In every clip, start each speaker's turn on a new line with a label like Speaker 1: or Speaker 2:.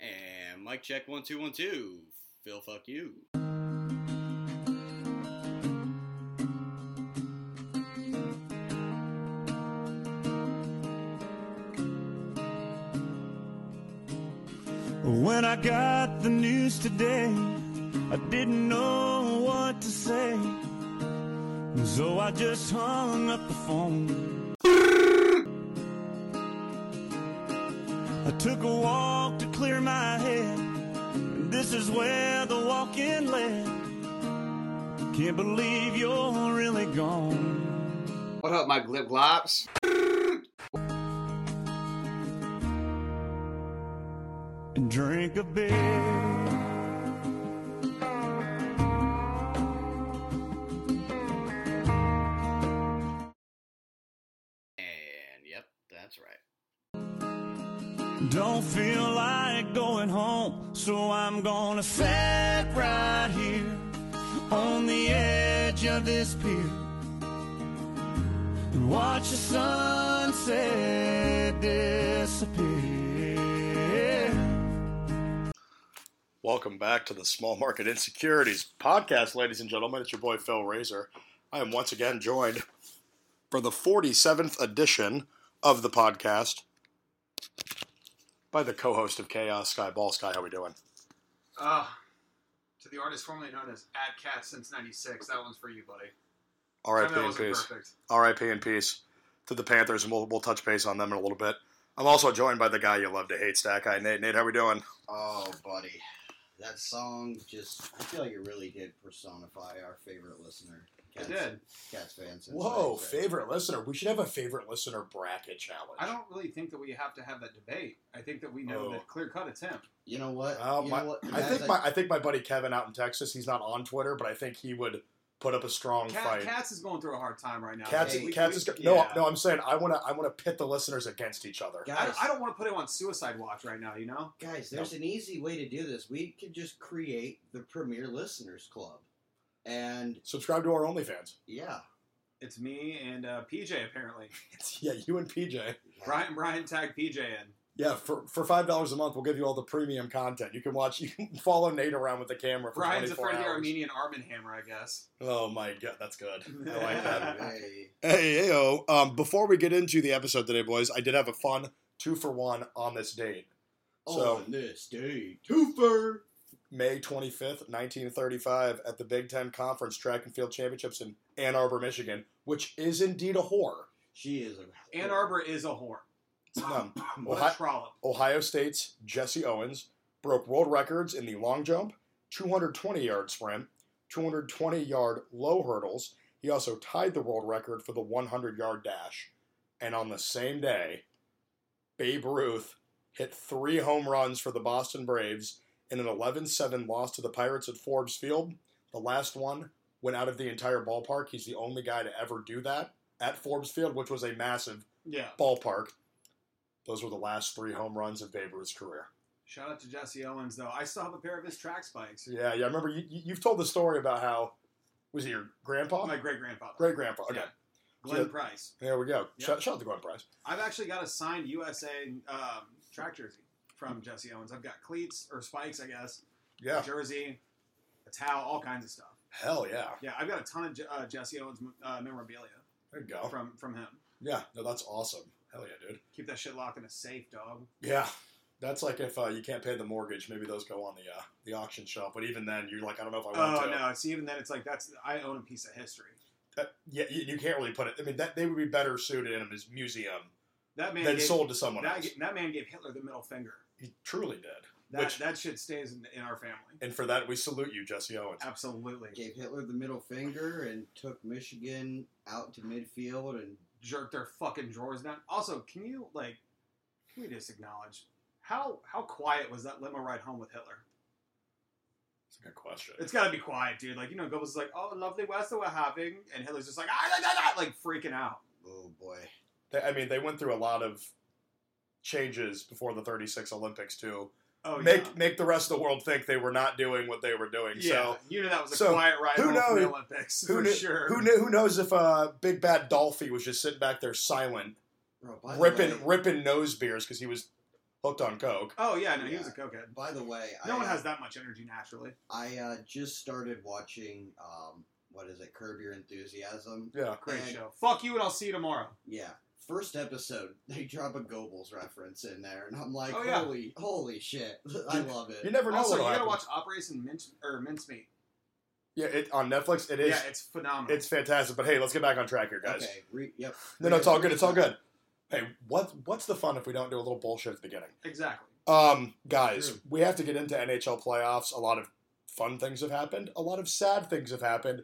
Speaker 1: time. Mic check one two one two. Phil, fuck you.
Speaker 2: When I got the news today, I didn't know what to say. So I just hung up the phone. I took a walk to clear my head. And this is where the walk in led. Can't believe you're really gone.
Speaker 3: What up, my glip glops?
Speaker 2: and drink a beer.
Speaker 1: And yep, that's right.
Speaker 2: Don't feel like going home, so I'm gonna sit right here on the edge of this pier and watch the sunset disappear.
Speaker 4: Welcome back to the Small Market Insecurities podcast, ladies and gentlemen. It's your boy Phil Razor. I am once again joined for the 47th edition of the podcast by the co-host of Chaos, Sky Ball. Sky, how we doing?
Speaker 3: Uh, to the artist formerly known as Ad Cat since '96, that one's for you, buddy.
Speaker 4: R.I.P.
Speaker 3: Time that
Speaker 4: in
Speaker 3: wasn't
Speaker 4: peace.
Speaker 3: perfect.
Speaker 4: R.I.P. in peace to the Panthers, and we'll, we'll touch base on them in a little bit. I'm also joined by the guy you love to hate, Stack Guy Nate. Nate, how we doing?
Speaker 5: Oh, buddy. That song just, I feel like it really did personify our favorite listener.
Speaker 3: It did.
Speaker 5: Cats fans.
Speaker 4: listener. We should have a favorite listener bracket challenge.
Speaker 3: I don't really think that we have to have that debate. I think that we know
Speaker 4: Oh.
Speaker 3: that clear cut it's him.
Speaker 5: You know what?
Speaker 4: Oh,
Speaker 5: you
Speaker 4: my-
Speaker 5: know what?
Speaker 4: I
Speaker 5: Guys,
Speaker 4: think my I think my buddy Kevin out in Texas. He's not on Twitter, but I think he would put up a strong
Speaker 3: Cat,
Speaker 4: fight.
Speaker 3: Cats is going through a hard time right now.
Speaker 4: Cats,
Speaker 3: We-
Speaker 4: Cats
Speaker 3: we-
Speaker 4: is no,
Speaker 3: yeah.
Speaker 4: no. I'm saying I want to I want to pit the listeners against each other.
Speaker 3: I
Speaker 5: guys,
Speaker 3: don't, I don't want to put him on suicide watch right now. You know,
Speaker 5: guys, there's an easy way to do this. We could just create the Premier Listeners Club. And
Speaker 4: Subscribe to our OnlyFans.
Speaker 5: yeah.
Speaker 3: it's me and uh, PJ apparently.
Speaker 4: yeah, you and PJ.
Speaker 3: Brian Brian tagged PJ in.
Speaker 4: Yeah, for for five dollars a month, we'll give you all the premium content. You can watch. You can follow Nate around with the camera for
Speaker 3: Brian's
Speaker 4: 24
Speaker 3: afraid of the
Speaker 4: hours.
Speaker 3: Armenian arm and hammer, I guess.
Speaker 4: Oh my god, that's good. I like that.
Speaker 5: Hey,
Speaker 4: Hey, heyo. Um, before we get into the episode today, boys, I did have a fun two for one on this date. So-
Speaker 5: on oh, this day, twofer.
Speaker 4: May 25th, 1935, at the Big Ten Conference Track and Field Championships in Ann Arbor, Michigan, which is indeed a whore.
Speaker 5: She is a
Speaker 3: Ann Arbor is a whore.
Speaker 4: Um,
Speaker 3: What
Speaker 4: Ohio,
Speaker 3: a trollop.
Speaker 4: Ohio State's Jesse Owens broke world records in the long jump, 220 yard sprint, 220 yard low hurdles. He also tied the world record for the 100 yard dash. And on the same day, Babe Ruth hit three home runs for the Boston Braves in an 11 7 loss to the Pirates at Forbes Field. The last one went out of the entire ballpark. He's the only guy to ever do that at Forbes Field, which was a massive
Speaker 3: Yeah.
Speaker 4: ballpark. Those were the last three home runs of Babe Ruth's career.
Speaker 3: Shout out to Jesse Owens though. I still have a pair of his track spikes.
Speaker 4: Yeah, yeah. I remember you, you- you've told the story about how was it your grandpa?
Speaker 3: My great grandfather,
Speaker 4: great grandpa. Okay,
Speaker 3: Yeah. Glenn
Speaker 4: Yeah.
Speaker 3: Price.
Speaker 4: there we go.
Speaker 3: Yeah.
Speaker 4: Shout, shout out to Glenn Price.
Speaker 3: I've actually got a signed USA um, track jersey from Jesse Owens. I've got cleats or spikes, I guess,
Speaker 4: Yeah,
Speaker 3: a jersey, a towel, all kinds of stuff.
Speaker 4: hell yeah.
Speaker 3: Yeah, I've got a ton of Je- uh, Jesse Owens uh, memorabilia
Speaker 4: There you go.
Speaker 3: from from him.
Speaker 4: Yeah, no, that's awesome. Hell yeah, dude.
Speaker 3: Keep that shit locked in a safe, dog.
Speaker 4: Yeah, that's like if uh, you can't pay the mortgage, maybe those go on the uh, the auction shelf. But even then, you're like, I don't know if I want
Speaker 3: Oh
Speaker 4: to.
Speaker 3: no! See, even then, it's like that's I own a piece of history.
Speaker 4: That- yeah, you, you can't really put it. I mean, that they would be better suited in a mus- museum
Speaker 3: That man
Speaker 4: than
Speaker 3: gave,
Speaker 4: sold to someone
Speaker 3: that,
Speaker 4: else.
Speaker 3: g- that man gave Hitler the middle finger.
Speaker 4: he truly did.
Speaker 3: That
Speaker 4: Which-
Speaker 3: that shit stays in, in our family.
Speaker 4: And for that, we salute you, Jesse Owens.
Speaker 3: Absolutely,
Speaker 5: Gave Hitler the middle finger and took Michigan out to midfield and
Speaker 3: jerk their fucking drawers down. Also, can you like, can we just acknowledge how how quiet was that limo ride home with Hitler?
Speaker 4: It's a good question.
Speaker 3: It's got to be quiet, dude. Like you know, Goebbels is like, "Oh, lovely West that we're having," and Hitler's just like, "Ah, ah, ah, ah," like freaking out.
Speaker 5: oh boy.
Speaker 4: They, I mean, they went through a lot of changes before the 36 Olympics to
Speaker 3: Oh,
Speaker 4: make
Speaker 3: yeah.
Speaker 4: make the rest of the world think they were not doing what they were doing.
Speaker 3: Yeah, you knew that was a
Speaker 4: so,
Speaker 3: quiet ride
Speaker 4: who
Speaker 3: home from the
Speaker 4: knows-
Speaker 3: Olympics
Speaker 4: who
Speaker 3: for
Speaker 4: knew-
Speaker 3: sure.
Speaker 4: So who knew, who knows if uh, Big Bad Dolphy was just sitting back there silent,
Speaker 5: Bro, by the
Speaker 4: ripping
Speaker 5: way-
Speaker 4: ripping nose beers because he was hooked on coke.
Speaker 3: Oh yeah, no, he was a
Speaker 5: Yeah.
Speaker 3: cokehead.
Speaker 5: By the way,
Speaker 3: No
Speaker 5: I,
Speaker 3: one
Speaker 5: uh,
Speaker 3: has that much energy naturally.
Speaker 5: I uh, just started watching. Um, what is it? Curb Your Enthusiasm.
Speaker 4: Yeah.
Speaker 3: Great
Speaker 5: And-
Speaker 3: show. Fuck you, and I'll see you tomorrow.
Speaker 5: Yeah. First episode, they drop a Goebbels reference in there, and I'm like,
Speaker 3: Oh, yeah.
Speaker 5: holy, holy shit! I love it.
Speaker 4: You never know
Speaker 3: Also, Oh, you
Speaker 4: what'll
Speaker 3: gotta
Speaker 4: happen.
Speaker 3: watch Operation Mince or Mincemeat.
Speaker 4: yeah, it, on Netflix it is.
Speaker 3: Yeah, it's phenomenal.
Speaker 4: it's fantastic. But hey, let's get back on track here, guys.
Speaker 5: Okay. Re- yep.
Speaker 4: No, no, it's all good. It's all good. Hey, what what's the fun if we don't do a little bullshit at the beginning?
Speaker 3: exactly.
Speaker 4: Um, guys,
Speaker 3: Hmm.
Speaker 5: True.
Speaker 4: we have to get into NHL playoffs. A lot of fun things have happened. A lot of sad things have happened.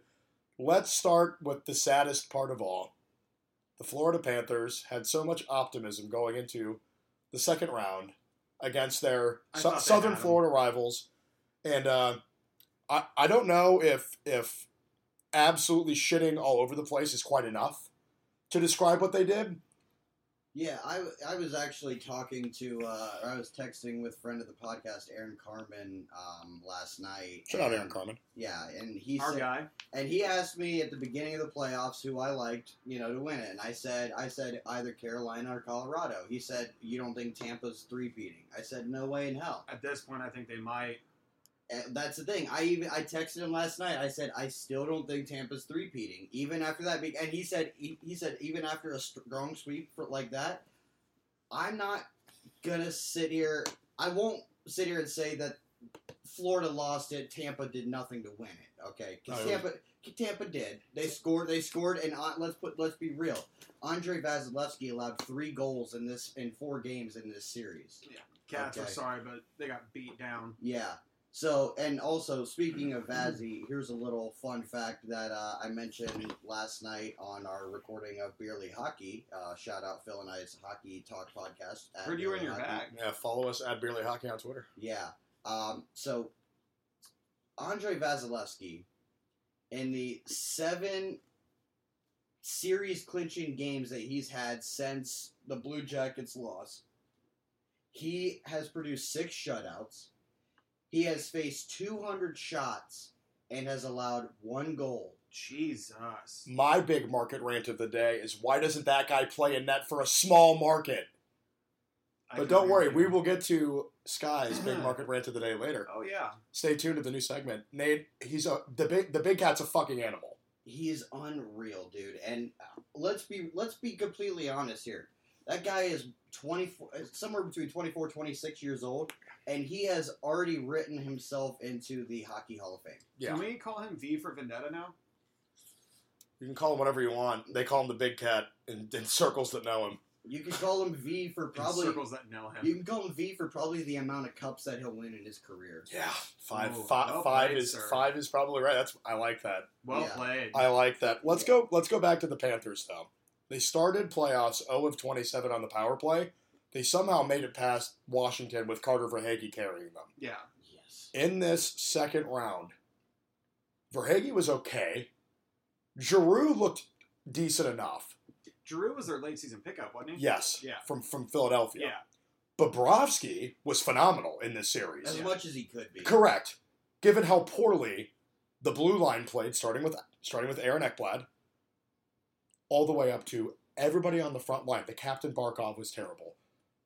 Speaker 4: Let's start with the saddest part of all. The Florida Panthers had so much optimism going into the second round against their
Speaker 3: I
Speaker 4: sou-
Speaker 3: thought they
Speaker 4: Southern
Speaker 3: had 'em.
Speaker 4: Florida rivals, and uh, I I don't know if if absolutely shitting all over the place is quite enough to describe what they did.
Speaker 5: Yeah, I, I was actually talking to, uh, or I was texting with friend of the podcast, Aaron Carmen, um, last night.
Speaker 4: Shout out
Speaker 5: and-
Speaker 4: Aaron Carmen.
Speaker 5: Yeah, and he
Speaker 3: Our
Speaker 5: said,
Speaker 3: guy.
Speaker 5: and he asked me at the beginning of the playoffs who I liked, you know, to win it. And I said, I said either Carolina or Colorado. He said, you don't think Tampa's three beating? I said, no way in hell.
Speaker 3: At this point, I think they might.
Speaker 5: And that's the thing. I even I texted him last night. I said I still don't think Tampa's three peating even after that. be- And he said he, he said even after a strong sweep for like that, I'm not gonna sit here. I won't sit here and say that Florida lost it. Tampa did nothing to win it. Okay, 'Cause
Speaker 4: No, it was-
Speaker 5: Tampa Tampa did. They scored. They scored. And uh, let's put let's be real. Andre Vasilevsky allowed three goals in this in four games in this series.
Speaker 3: Cats are
Speaker 5: Okay.
Speaker 3: sorry, but they got beat down.
Speaker 5: Yeah. So, and also speaking of Vazzy, here's a little fun fact that uh, I mentioned last night on our recording of Beerly Hockey. Uh, shout out Phil and I's Hockey Talk podcast. at
Speaker 3: Heard you were in
Speaker 5: Beerly
Speaker 3: your
Speaker 5: Hockey.
Speaker 3: bag.
Speaker 4: Yeah, follow us at Beerly Hockey on Twitter.
Speaker 5: Yeah. Um, so, Andre Vasilevsky, in the seven series clinching games that he's had since the Blue Jackets loss, he has produced six shutouts. He has faced 200 shots and has allowed one goal.
Speaker 3: Jesus.
Speaker 4: My big market rant of the day is why doesn't that guy play in net for a small market?
Speaker 3: I
Speaker 4: But
Speaker 3: can
Speaker 4: don't worry,
Speaker 3: agree
Speaker 4: we
Speaker 3: with you.
Speaker 4: will get to Sky's big market rant of the day later.
Speaker 3: Oh yeah.
Speaker 4: Stay tuned to the new segment. Nate, he's a the big the big cat's a fucking animal.
Speaker 5: He is unreal, dude. And uh, let's be let's be completely honest here. That guy is 24 uh, somewhere between 24 26 years old and he has already written himself into the Hockey Hall of Fame.
Speaker 4: Yeah.
Speaker 3: Can we call him V for Vendetta now?
Speaker 4: You can call him whatever you want. They call him the big cat in, in circles that know him.
Speaker 5: You can call him V for
Speaker 3: In
Speaker 5: probably
Speaker 3: circles that know him.
Speaker 5: you can call him V for probably the amount of cups that he'll win in his career.
Speaker 4: Yeah. Five
Speaker 3: Ooh,
Speaker 4: fi-
Speaker 3: well
Speaker 4: five
Speaker 3: played,
Speaker 4: is
Speaker 3: sir.
Speaker 4: five is probably right. That's I like that.
Speaker 3: well
Speaker 5: yeah.
Speaker 3: played.
Speaker 4: I like that. Let's go. Let's go back to the Panthers though. They started playoffs 0 of 27 on the power play. They somehow made it past Washington with Carter Verhage carrying them.
Speaker 3: yeah.
Speaker 5: Yes.
Speaker 4: In this second round, Verhage was okay. Giroux looked decent enough.
Speaker 3: Drew was their late season pickup, wasn't he?
Speaker 4: Yes,
Speaker 3: Yeah.
Speaker 4: from from Philadelphia.
Speaker 3: Yeah.
Speaker 4: Bobrovsky was phenomenal in this series.
Speaker 5: As
Speaker 3: Yeah.
Speaker 5: much as he could be.
Speaker 4: Correct. Given how poorly the blue line played, starting with starting with Aaron Ekblad, all the way up to everybody on the front line. The captain Barkov was terrible.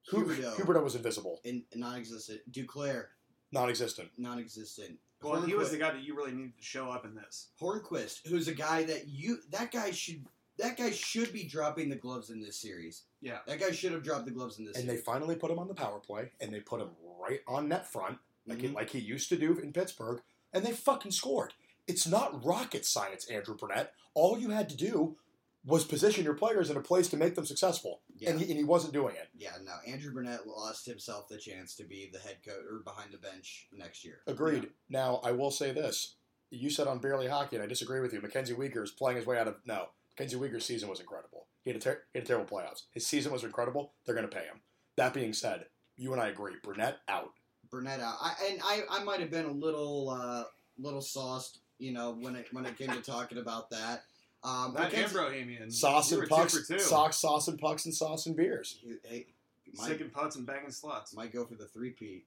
Speaker 4: Hu-
Speaker 5: Huberdeau.
Speaker 4: Huberdeau was invisible,
Speaker 5: uh, In non-existent. Duclair
Speaker 4: non-existent.
Speaker 5: non-existent.
Speaker 3: Well, he was
Speaker 5: Hornquist-
Speaker 3: the guy that you really needed to show up in this.
Speaker 5: Hornquist, who's a guy that you that guy should that guy should be dropping the gloves in this series.
Speaker 3: Yeah.
Speaker 5: That guy should have dropped the gloves in this
Speaker 4: And they
Speaker 5: series.
Speaker 4: finally put him on the power play, and they put him right on net front, like he,
Speaker 5: Mhm.
Speaker 4: like he used to do in Pittsburgh, and they fucking scored. It's not rocket science, Andrew Burnett. All you had to do was position your players in a place to make them successful,
Speaker 5: yeah.
Speaker 4: and, he, and he wasn't doing it.
Speaker 5: Mm-hmm. yeah, no. Andrew Burnett lost himself the chance to be the head coach or behind the bench next year.
Speaker 4: Agreed. Now I will say this: you said on barely hockey, and I disagree with you. Mackenzie Weegar is playing his way out of no. Mackenzie Weegar's season was incredible. He had a, ter- he had a terrible playoffs. His season was incredible. They're going to pay him. That being said, you and I agree. Burnett out.
Speaker 5: Burnett out. I, and I, I might have been a little uh, little sauced, you know, when it when it came to talking about that. Um,
Speaker 3: That
Speaker 5: Mackenzie-
Speaker 3: and Brohamian.
Speaker 4: Sauce
Speaker 3: Mm, you
Speaker 4: and
Speaker 3: were
Speaker 4: pucks.
Speaker 3: Two for two.
Speaker 4: Socks, sauce and pucks, and sauce and beers.
Speaker 5: he- hey,
Speaker 3: Sick
Speaker 5: might,
Speaker 3: and putts and banging sluts.
Speaker 5: might go for the three P.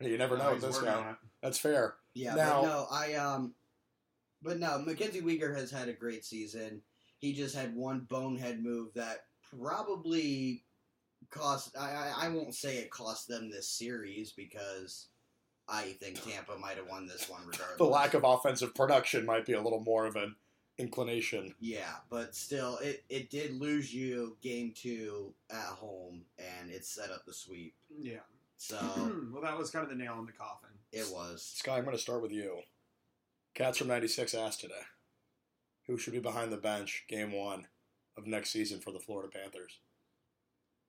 Speaker 4: You never know
Speaker 3: Oh,
Speaker 4: with
Speaker 3: he's
Speaker 4: this
Speaker 3: working
Speaker 4: guy.
Speaker 3: on it.
Speaker 4: That's fair.
Speaker 5: Yeah,
Speaker 4: Now-
Speaker 5: but no, I um, but no, Mackenzie Weegar has had a great season. He just had one bonehead move that probably cost. I, I I won't say it cost them this series because I think Tampa might have won this one regardless.
Speaker 4: The lack of offensive production might be a little more of an inclination.
Speaker 5: Yeah, but still, it, it did lose you game two at home, and it set up the sweep.
Speaker 3: Yeah.
Speaker 4: Hmm.
Speaker 5: So
Speaker 3: well, that was kind of the nail in the coffin.
Speaker 5: it was.
Speaker 4: Sky, I'm going to start with you. Cats from 96 asked today who should be behind the bench game one of next season for the Florida Panthers.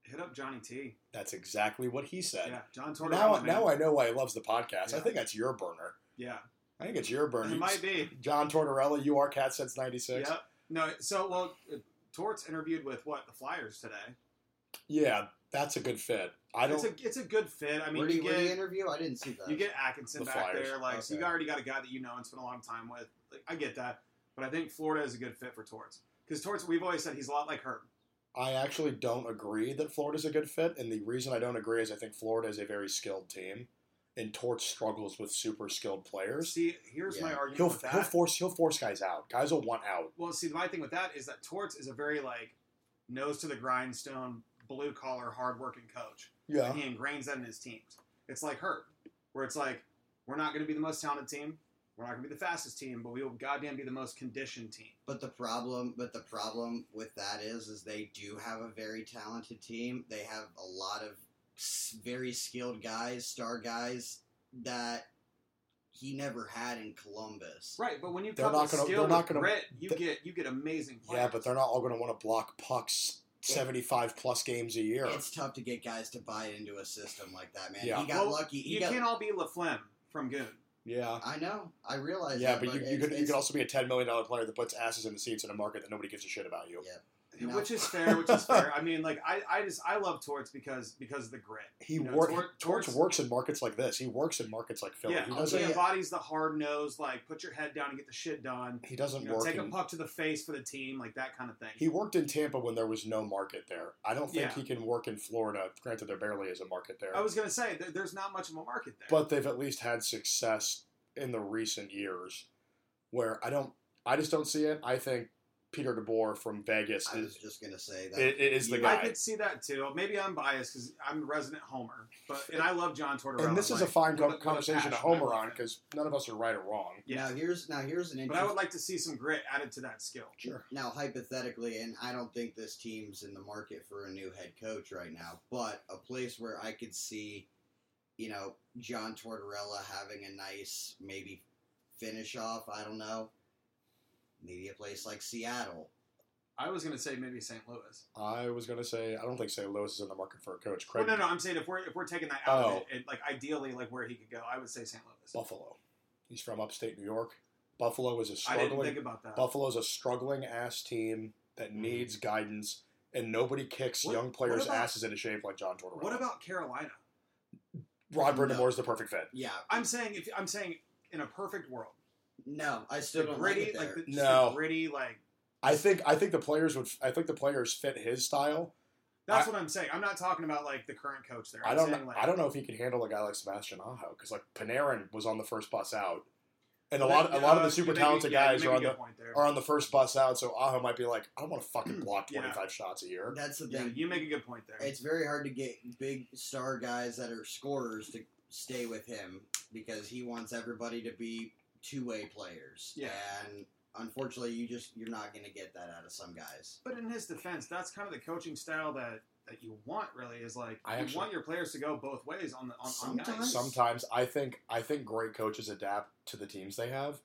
Speaker 3: Hit up Johnny T.
Speaker 4: That's exactly what he said.
Speaker 3: Yeah, John Tortorella.
Speaker 4: Now,
Speaker 3: man.
Speaker 4: now I know why he loves the podcast. I
Speaker 3: Yeah.
Speaker 4: think that's your burner.
Speaker 3: Yeah,
Speaker 4: I think it's your burner.
Speaker 3: it might be.
Speaker 4: John Tortorella, you are cat since '96.
Speaker 3: Yep. No, so well, uh, Torts interviewed with what the Flyers today.
Speaker 4: Yeah, that's a good fit. I
Speaker 3: it's
Speaker 4: don't.
Speaker 3: a it's a good fit. I mean,
Speaker 5: where do
Speaker 3: you
Speaker 5: you, where do you
Speaker 3: get
Speaker 5: interview? I didn't see that.
Speaker 3: you get Atkinson
Speaker 4: The
Speaker 3: back
Speaker 4: Flyers.
Speaker 3: there, like so you
Speaker 4: Okay.
Speaker 3: already got a guy that you know and spent a long time with. Like I get that, but I think Florida is a good fit for Torts because Torts. We've always said he's a lot like Herb.
Speaker 4: I actually don't agree that Florida's a good fit, and the reason I don't agree is I think Florida is a very skilled team, and Torts struggles with super skilled players.
Speaker 3: See, here's my
Speaker 5: Yeah.
Speaker 3: argument
Speaker 4: He'll
Speaker 3: with that.
Speaker 4: he'll force he'll force guys out. Guys will want out.
Speaker 3: Well, see, my thing with that is that Torts is a very like nose to the grindstone, blue collar, hardworking coach,
Speaker 4: Yeah,
Speaker 3: and he ingrains that in his teams. It's like Herb, where it's like we're not going to be the most talented team, we're not going to be the fastest team, but we will goddamn be the most conditioned team.
Speaker 5: But the problem, but the problem with that is, is they do have a very talented team. They have a lot of s- very skilled guys, star guys that he never had in Columbus.
Speaker 3: Right, but when you
Speaker 4: They're
Speaker 3: couple
Speaker 4: not gonna-
Speaker 3: skill
Speaker 4: they're
Speaker 3: with
Speaker 4: not gonna-
Speaker 3: grit, you
Speaker 4: th-
Speaker 3: get you get amazing. Players.
Speaker 4: yeah, but they're not all going to want to block pucks seventy five plus games a year.
Speaker 5: It's tough to get guys to buy into a system like that, man.
Speaker 4: Yeah.
Speaker 5: He got
Speaker 3: Well,
Speaker 5: lucky. He
Speaker 3: you
Speaker 5: got,
Speaker 3: can't all be LaFlemme from Goon.
Speaker 4: Yeah,
Speaker 5: I know. I realize.
Speaker 4: yeah,
Speaker 5: that,
Speaker 4: but you, you
Speaker 5: it's-
Speaker 4: could you
Speaker 5: it's-
Speaker 4: could also be a ten million dollar player that puts asses in the seats in a market that nobody gives a shit about you.
Speaker 5: Yeah. No.
Speaker 3: Which is fair, which is fair. I mean, like I, I just I love Torts because because of the grit.
Speaker 4: He
Speaker 3: You know,
Speaker 4: works.
Speaker 3: Tor-
Speaker 4: Torch
Speaker 3: Torts-
Speaker 4: works in markets like this. He works in markets like Philly.
Speaker 3: Yeah,
Speaker 4: he
Speaker 5: I'll
Speaker 4: doesn't.
Speaker 5: tell
Speaker 3: he
Speaker 5: you-
Speaker 3: embodies the hard nose, like put your head down and get the shit done.
Speaker 4: He doesn't
Speaker 3: You know,
Speaker 4: work.
Speaker 3: take a
Speaker 4: in-
Speaker 3: puck to the face for the team, like that kind of thing.
Speaker 4: he worked in Tampa when there was no market there. I don't think
Speaker 3: Yeah.
Speaker 4: he can work in Florida. Granted, there barely is a market there.
Speaker 3: I was gonna say there, there's not much of a market there.
Speaker 4: but they've at least had success in the recent years. Where I don't, I just don't see it. I think Peter DeBoer from Vegas
Speaker 5: I was
Speaker 4: is
Speaker 5: just gonna say that.
Speaker 4: i- i- is the
Speaker 5: You-
Speaker 3: I
Speaker 4: guy.
Speaker 3: could see that too. Maybe I'm biased because I'm a resident Homer, but and I love John Tortorella.
Speaker 4: and this is a
Speaker 3: like,
Speaker 4: fine
Speaker 3: with
Speaker 4: co-
Speaker 3: with
Speaker 4: conversation to
Speaker 3: passion, I
Speaker 4: Homer
Speaker 3: love
Speaker 4: on
Speaker 3: it.
Speaker 4: because none of us are right or wrong.
Speaker 3: Yeah,
Speaker 5: Now here's now here's an
Speaker 3: but I
Speaker 5: interesting.
Speaker 3: would like to see some grit added to that skill.
Speaker 4: Sure.
Speaker 5: Now, hypothetically, and I don't think this team's in the market for a new head coach right now, but a place where I could see, you know, John Tortorella having a nice maybe finish off. I don't know. Maybe a place like Seattle.
Speaker 3: I was gonna say maybe St. Louis. Oh,
Speaker 4: I was gonna say I don't think St. Louis is in the market for a coach. Craig
Speaker 3: Well, Oh, no, no, I'm saying if we're if we're taking that out of
Speaker 4: Oh.
Speaker 3: it, and, like ideally, like where he could go, I would say St. Louis.
Speaker 4: Buffalo. He's from upstate New York. Buffalo is a
Speaker 3: I didn't
Speaker 4: struggling
Speaker 3: think about that. Mm-hmm.
Speaker 4: Buffalo's a struggling ass team that needs guidance, and nobody kicks
Speaker 3: What-
Speaker 4: young players'
Speaker 3: what about-
Speaker 4: asses into shape like John Tortorella.
Speaker 3: What about Carolina?
Speaker 4: Rod
Speaker 5: No.
Speaker 4: Brindamore is the perfect fit?
Speaker 5: Yeah.
Speaker 3: I'm saying if I'm saying in a perfect world,
Speaker 5: No, I
Speaker 3: the
Speaker 5: still don't like
Speaker 3: gritty,
Speaker 5: it
Speaker 3: like
Speaker 5: there.
Speaker 3: the, just
Speaker 4: No.
Speaker 3: the gritty, like
Speaker 4: I think I think the players would. I think the players fit his style.
Speaker 3: that's what I'm saying. I'm not talking about like the current coach there. I'm
Speaker 4: I don't.
Speaker 3: Saying, like,
Speaker 4: I don't know if he could handle a guy like Sebastian Aho because like Panarin was on the first bus out, and a
Speaker 3: But,
Speaker 4: lot. A lot of
Speaker 3: uh,
Speaker 4: the super
Speaker 3: you make a-
Speaker 4: talented
Speaker 3: yeah, you
Speaker 4: guys
Speaker 3: make
Speaker 4: are
Speaker 3: a
Speaker 4: on
Speaker 3: good
Speaker 4: the
Speaker 3: point there.
Speaker 4: are on the first bus out. So Aho might be like, I don't want to fucking block
Speaker 3: Yeah.
Speaker 4: twenty five shots a year.
Speaker 5: That's the
Speaker 3: Yeah,
Speaker 5: thing.
Speaker 3: you make a good point there.
Speaker 5: it's very hard to get big star guys that are scorers to stay with him because he wants everybody to be two way players.
Speaker 3: Yeah.
Speaker 5: And unfortunately you just you're not gonna get that out of some guys.
Speaker 3: but in his defense, that's kind of the coaching style that that you want. Really, is like
Speaker 4: I
Speaker 3: you
Speaker 4: actually-
Speaker 3: want your players to go both ways on the on, on guys.
Speaker 5: Sometimes.
Speaker 4: sometimes I think I think great coaches adapt to the teams they have,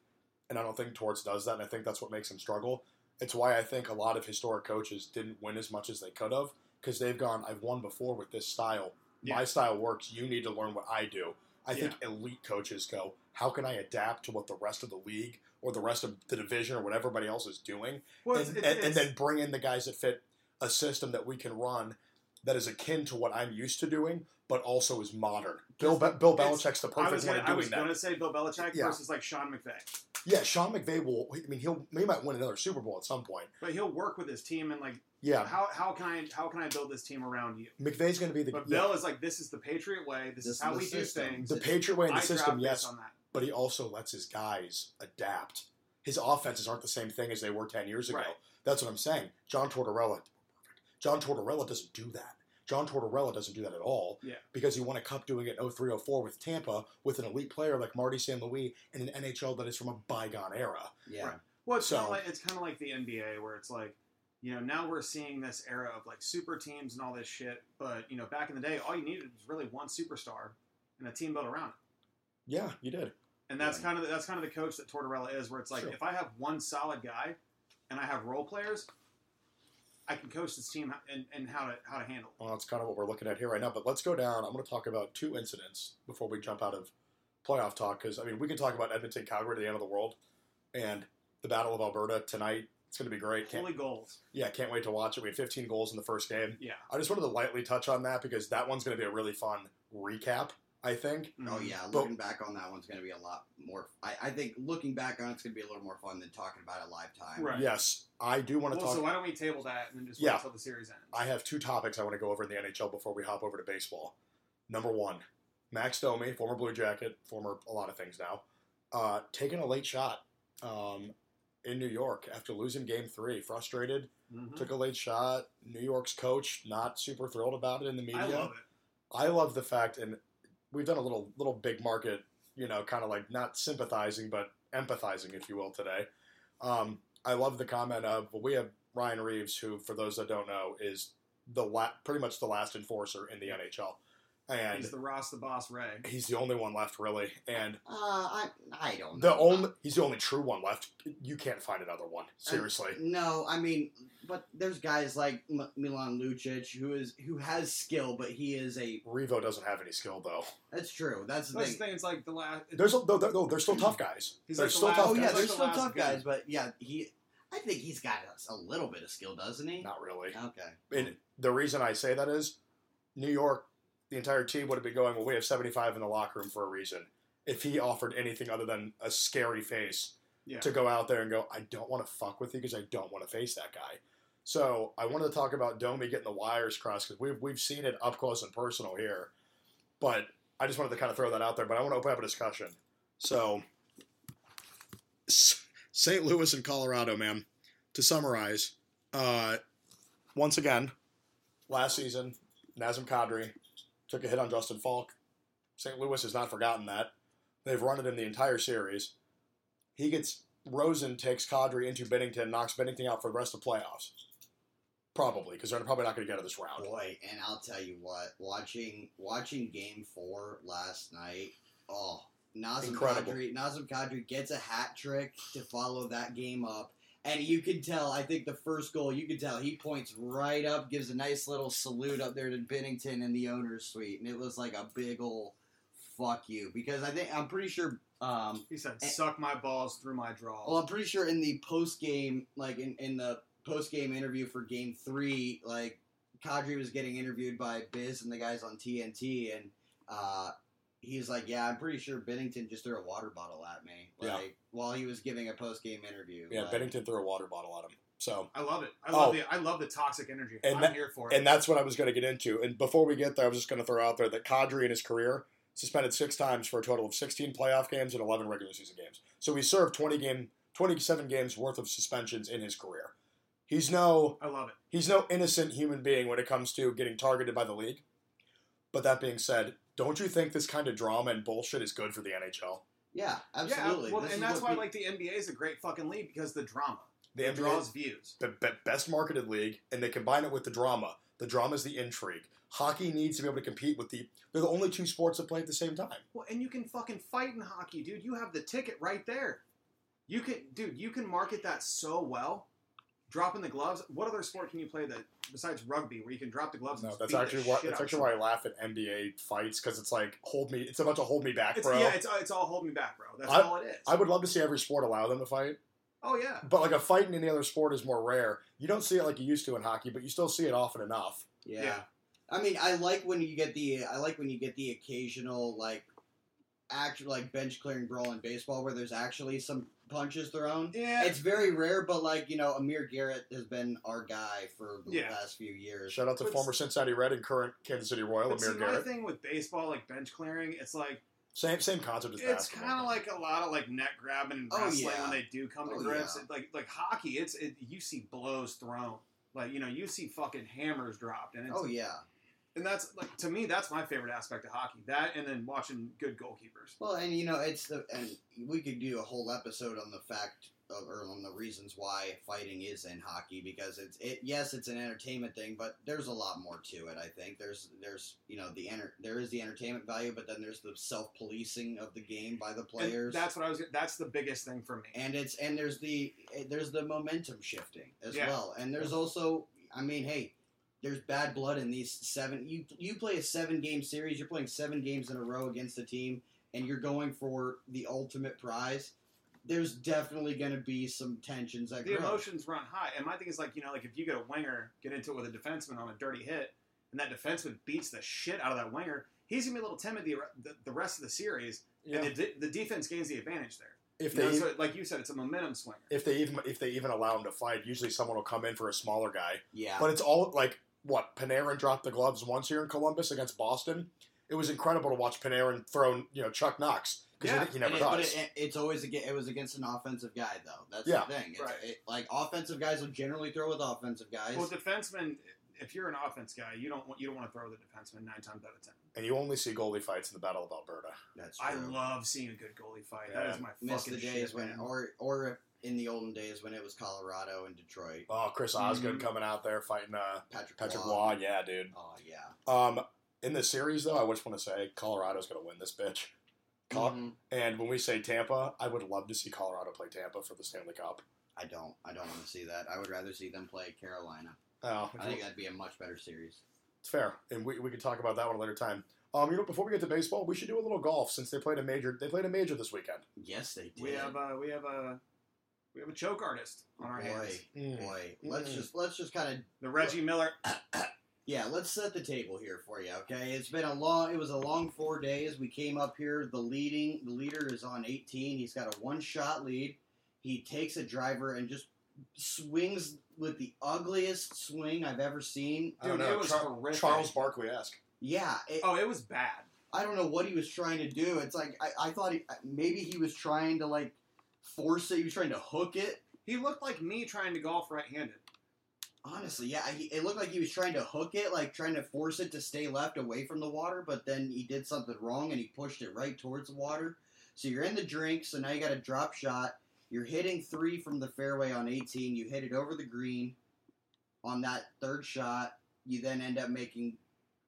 Speaker 4: and I don't think Torts does that, and I think that's what makes him struggle. It's why I think a lot of historic coaches didn't win as much as they could have because they've gone, I've won before with this style. My
Speaker 3: Yeah.
Speaker 4: style works. You need to learn what I do. I think elite coaches go, how can I adapt to what the rest of the league or the rest of the division or what everybody else is doing,
Speaker 3: Well,
Speaker 4: and,
Speaker 3: it's- it's-
Speaker 4: and, and
Speaker 3: it's-
Speaker 4: then bring in the guys that fit a system that we can run that is akin to what I'm used to doing, but also is modern. Bill Be- Bill
Speaker 3: It's-
Speaker 4: Belichick's the
Speaker 3: I
Speaker 4: perfect
Speaker 3: was
Speaker 4: way
Speaker 3: gonna,
Speaker 4: of
Speaker 3: I
Speaker 4: doing
Speaker 3: was
Speaker 4: that.
Speaker 3: gonna say Bill Belichick
Speaker 4: Yeah.
Speaker 3: versus like Sean McVay.
Speaker 4: Yeah, Sean McVay will. I mean, he'll he might win another Super Bowl at some point.
Speaker 3: But he'll work with his team and like
Speaker 4: Yeah,
Speaker 3: how how can I how can I build this team around you?
Speaker 4: McVay's going to be the
Speaker 3: But
Speaker 4: yeah,
Speaker 3: Bill is like, this is the Patriot way. This,
Speaker 5: This
Speaker 3: is how
Speaker 5: is the
Speaker 3: we
Speaker 5: system.
Speaker 3: do things.
Speaker 4: the Patriot way in the
Speaker 3: I
Speaker 4: system.
Speaker 3: draft
Speaker 4: Yes,
Speaker 3: based on that.
Speaker 4: but he also lets his guys adapt. His offenses aren't the same thing as they were ten years ago.
Speaker 3: Right.
Speaker 4: That's what I'm saying. John Tortorella, John Tortorella doesn't do that. John Tortorella doesn't do that at all
Speaker 3: Yeah.
Speaker 4: because he won a cup doing it in 03 04 with Tampa with an elite player like Marty St. Louis in an NHL that is from a bygone era.
Speaker 5: Yeah.
Speaker 3: Right. Well, it's kind
Speaker 4: So-
Speaker 3: of like it's kind of like the NBA where it's like, you know, now we're seeing this era of like super teams and all this shit. But you know, back in the day, all you needed was really one superstar and a team built around it.
Speaker 4: Yeah, you did.
Speaker 3: And that's
Speaker 5: Yeah.
Speaker 3: kind of the, that's kind of the coach that Tortorella is, where it's like,
Speaker 4: Sure.
Speaker 3: if I have one solid guy and I have role players, I can coach this team and, and how to how to handle. it.
Speaker 4: Well, that's kind of what we're looking at here right now. But let's go down. I'm going to talk about two incidents before we jump out of playoff talk because I mean we can talk about Edmonton, Calgary, to the end of the world, and the Battle of Alberta tonight. It's going to be great. Can't,
Speaker 3: Holy goals,
Speaker 4: yeah, can't wait to watch it. We had 15 goals in the first game.
Speaker 3: yeah.
Speaker 4: I just wanted to lightly touch on that because that one's going to be a really fun recap. I think.
Speaker 5: Oh
Speaker 3: Mm.
Speaker 5: yeah,
Speaker 4: But-
Speaker 5: looking back on that one's going to be a lot more. I, I think looking back on it's going to be a little more fun than talking about it live time.
Speaker 3: Right.
Speaker 4: Yes, I do want to
Speaker 3: Well,
Speaker 4: talk.
Speaker 3: so why don't we table that and then just
Speaker 4: Yeah.
Speaker 3: wait until the series ends?
Speaker 4: I have two topics I want to go over in the NHL before we hop over to baseball. Number one, Max Domi, former Blue Jacket, former a lot of things now, uh, taking a late shot um, in New York after losing Game Three, frustrated,
Speaker 3: Mhm.
Speaker 4: took a late shot. New York's coach not super thrilled about it in the media.
Speaker 3: I love it.
Speaker 4: I love the fact, and we've done a little little big market, you know, kind of like not sympathizing but empathizing, if you will, today. Um, I love the comment of well, we have Ryan Reeves, who, for those that don't know, is the la- pretty much the last enforcer in the NHL, and
Speaker 3: He's the Ross the Boss Ray.
Speaker 4: he's the only one left really, and
Speaker 5: Uh, I I don't know.
Speaker 4: the only he's the only true one left. You can't find another one, seriously.
Speaker 5: No, I mean, but there's guys like M- Milan Lucic who is who has skill, but he is a.
Speaker 4: Revo doesn't have any skill though.
Speaker 5: That's true. That's the
Speaker 3: That's the
Speaker 5: thing.
Speaker 3: thing. It's like the last.
Speaker 4: There's no, they're, they're still tough guys.
Speaker 3: He's
Speaker 4: they're
Speaker 3: like the
Speaker 4: still
Speaker 3: last-
Speaker 4: tough
Speaker 5: Oh yeah,
Speaker 4: guys.
Speaker 5: there's
Speaker 3: the
Speaker 5: still
Speaker 3: last
Speaker 5: tough
Speaker 3: guy.
Speaker 5: guys, but yeah, he. I think he's got a, a little bit of skill, doesn't he?
Speaker 4: Not really.
Speaker 5: Okay.
Speaker 4: and the reason I say that is New York, the entire team would have been going, well, we have 75 in the locker room for a reason. If he offered anything other than a scary face
Speaker 3: Yeah.
Speaker 4: to go out there and go, I don't want to fuck with you because I don't want to face that guy. So I wanted to talk about Domi getting the wires crossed because we've, we've seen it up close and personal here. But I just wanted to kind of throw that out there. But I want to open up a discussion. So S- St. Louis and Colorado, man. To summarize, uh, once again, last season, Nazem Kadri took a hit on Justin Falk. St. Louis has not forgotten that. They've run it in the entire series. He gets Rosen takes Kadri into Bennington, knocks Bennington out for the rest of the playoffs. Probably, because they're probably not going to get out of this round.
Speaker 5: Boy, and I'll tell you what, watching watching game four last night, oh Nazem
Speaker 4: Incredible.
Speaker 5: Kadri Nazem Kadri gets a hat trick to follow that game up. And you can tell, I think the first goal, you can tell he points right up, gives a nice little salute up there to Bennington in the owner's suite, and it was like a big ol' fuck you. Because I think I'm pretty sure um
Speaker 3: He said,
Speaker 5: Eh.
Speaker 3: "Suck my balls through my draw."
Speaker 5: well, I'm pretty sure in the post game, like in, in the post game interview for game three, like Kadri was getting interviewed by Biz and the guys on TNT, and uh, he's like, "Yeah, I'm pretty sure Bennington just threw a water bottle at me, like
Speaker 4: Yeah.
Speaker 5: while he was giving a post game interview."
Speaker 4: Yeah,
Speaker 5: like,
Speaker 4: Bennington threw a water bottle at him. So,
Speaker 3: I love it. I love
Speaker 4: Oh.
Speaker 3: the I love the toxic energy.
Speaker 4: And
Speaker 3: I'm
Speaker 4: that-
Speaker 3: here for it.
Speaker 4: and that's what I was going to get into. And before we get there, I was just going to throw out there that Kadri in his career suspended six times for a total of 16 playoff games and 11 regular season games. So he served 20 game, 27 games worth of suspensions in his career. He's no
Speaker 3: I love it.
Speaker 4: he's no innocent human being when it comes to getting targeted by the league. But that being said, don't you think this kind of drama and bullshit is good for the NHL?
Speaker 5: yeah, absolutely.
Speaker 3: Yeah, well,
Speaker 5: This is
Speaker 3: and that's
Speaker 5: what
Speaker 3: why
Speaker 5: pe-
Speaker 3: like the NBA is a great fucking league because the drama
Speaker 4: The
Speaker 3: it
Speaker 4: NBA
Speaker 3: draws views.
Speaker 4: the be- best marketed league, and they combine it with the drama. The drama is the intrigue. Hockey needs to be able to compete with the. They're the only two sports that play at the same time.
Speaker 3: Well, and you can fucking fight in hockey, dude. You have the ticket right there. You can, dude. You can market that so well. Dropping the gloves. What other sport can you play that besides rugby, where you can drop the gloves?
Speaker 4: No,
Speaker 3: and
Speaker 4: that's
Speaker 3: beat the
Speaker 4: actually why.
Speaker 3: shit
Speaker 4: That's
Speaker 3: out of
Speaker 4: actually why I laugh at NBA fights because it's like hold me. It's a bunch of hold me back,
Speaker 3: someone. It's,
Speaker 4: bro.
Speaker 3: yeah, it's, uh, it's all holding me back, bro. That's all it is.
Speaker 4: I would love to see every sport allow them to fight,
Speaker 3: oh yeah.
Speaker 4: but like a fight in any other sport is more rare. You don't see it like you used to in hockey, but you still see it often enough.
Speaker 5: Yeah.
Speaker 3: Yeah.
Speaker 5: I mean, I like when you get the I like when you get the occasional like actual like bench clearing brawl in baseball where there's actually some punches thrown.
Speaker 3: Yeah.
Speaker 5: It's very rare, but like you know, Amir Garrett has been our guy for the
Speaker 3: Yeah.
Speaker 5: last few years.
Speaker 4: Shout out to
Speaker 3: But-
Speaker 4: former Cincinnati Red and current Kansas City Royal
Speaker 3: But see,
Speaker 4: Amir
Speaker 3: my
Speaker 4: Garrett.
Speaker 3: thing with baseball, like bench clearing, it's like
Speaker 4: Same same concept as
Speaker 3: it's
Speaker 4: basketball.
Speaker 3: kind of like a lot of like neck grabbing and
Speaker 5: Oh,
Speaker 3: wrestling
Speaker 5: yeah.
Speaker 3: when they do come to
Speaker 5: Oh,
Speaker 3: grips.
Speaker 5: yeah.
Speaker 3: It- like like hockey, it's it, you see blows thrown, like you know you see fucking hammers dropped, and it's
Speaker 5: Oh yeah,
Speaker 3: And that's like to me, that's my favorite aspect of hockey. That and then watching good goalkeepers.
Speaker 5: Well, and you know, it's the and we could do a whole episode on the fact of or on the reasons why fighting is in hockey because it's it. Yes, it's an entertainment thing, but there's a lot more to it. I think there's there's you know the enter, there is the entertainment value, but then there's the self policing of the game by the
Speaker 3: And
Speaker 5: players.
Speaker 3: that's what I was. That's the biggest thing for me.
Speaker 5: and it's and there's the eh, there's the momentum shifting as
Speaker 3: Yeah.
Speaker 5: well and there's also i mean hey there's bad blood in these seven you you play a seven game series you're playing seven games in a row against a team and you're going for the ultimate prize there's definitely going to be some tensions that
Speaker 3: the
Speaker 5: grow.
Speaker 3: emotions run high. And my thing is like, you know, like if you get a winger, get into it with a defenseman on a dirty hit, and that defenseman beats the shit out of that winger, he's gonna be a little timid the, the, the rest of the series,
Speaker 4: Yeah.
Speaker 3: and the, de- the defense gains the advantage there.
Speaker 4: If
Speaker 3: You
Speaker 4: they
Speaker 3: know,
Speaker 4: even,
Speaker 3: so like you said, it's a momentum swinger.
Speaker 4: if they even if they even allow him to fight, usually someone will come in for a smaller guy.
Speaker 5: yeah
Speaker 4: But it's all like what Panarin dropped the gloves once here in Columbus against Boston. It was incredible to watch Panarin throw you know Chuck Knox because
Speaker 3: Yeah.
Speaker 4: he, he never
Speaker 5: And it- but
Speaker 4: does.
Speaker 5: it- it's always again. It was against an offensive guy, though. That's
Speaker 4: Yeah.
Speaker 5: the thing. It's,
Speaker 3: Right.
Speaker 5: it, like offensive guys will generally throw with offensive guys.
Speaker 3: Well, defenseman, if you're an offense guy, you don't want you don't want to throw the defenseman nine times out of ten.
Speaker 4: and you only see goalie fights in the Battle of Alberta.
Speaker 5: That's
Speaker 3: I
Speaker 5: true.
Speaker 3: love seeing a good goalie fight.
Speaker 4: Yeah.
Speaker 3: That is my
Speaker 5: miss
Speaker 3: fucking
Speaker 5: the days
Speaker 3: shit,
Speaker 5: when,
Speaker 3: man.
Speaker 5: or or in the olden days when it was Colorado and Detroit.
Speaker 4: Oh, Chris
Speaker 5: Mm-hmm.
Speaker 4: Osgood
Speaker 3: Mhm.
Speaker 4: coming out there fighting uh,
Speaker 5: Patrick,
Speaker 4: Patrick
Speaker 5: Waugh.
Speaker 4: Waugh. Yeah, dude.
Speaker 5: Oh yeah.
Speaker 4: Um, in this series though, I just want to say Colorado's going to win this bitch. Col-
Speaker 5: Mhm.
Speaker 4: And when we say Tampa, I would love to see Colorado play Tampa for the Stanley Cup.
Speaker 5: I don't. I don't want to see that. I would rather see them play Carolina.
Speaker 4: Oh,
Speaker 5: I think that'd be a much better series.
Speaker 4: It's fair, and we, we could talk about that one at a later time. Um, you know, before we get to baseball, we should do a little golf since they played a major. They played a major this weekend.
Speaker 5: Yes, they did.
Speaker 3: we have a we have a we have a choke artist
Speaker 4: Oh,
Speaker 3: on our
Speaker 5: boy,
Speaker 3: hands.
Speaker 5: boy. Let's
Speaker 4: Mm.
Speaker 5: just let's just kind of
Speaker 3: The Reggie Miller.
Speaker 5: Yeah, let's set the table here for you, okay? It's been a long it was a long 4 days. We came up here, the leading the leader is on 18. He's got a one-shot lead. He takes a driver and just swings with the ugliest swing I've ever seen.
Speaker 4: I don't
Speaker 3: Dude,
Speaker 4: know,
Speaker 3: it was
Speaker 4: Char-
Speaker 3: horrific.
Speaker 4: Charles Barkley esque.
Speaker 5: Yeah, it,
Speaker 3: Oh, it was bad.
Speaker 5: I don't know what he was trying to do. It's like I, I thought he, maybe he was trying to like force it. He was trying to hook it.
Speaker 3: He looked like me trying to golf right-handed.
Speaker 5: Honestly, yeah, he, it looked like he was trying to hook it, like trying to force it to stay left away from the water, but then he did something wrong and he pushed it right towards the water. So you're in the drink, so now you got a drop shot. You're hitting three from the fairway on 18. You hit it over the green on that third shot. You then end up making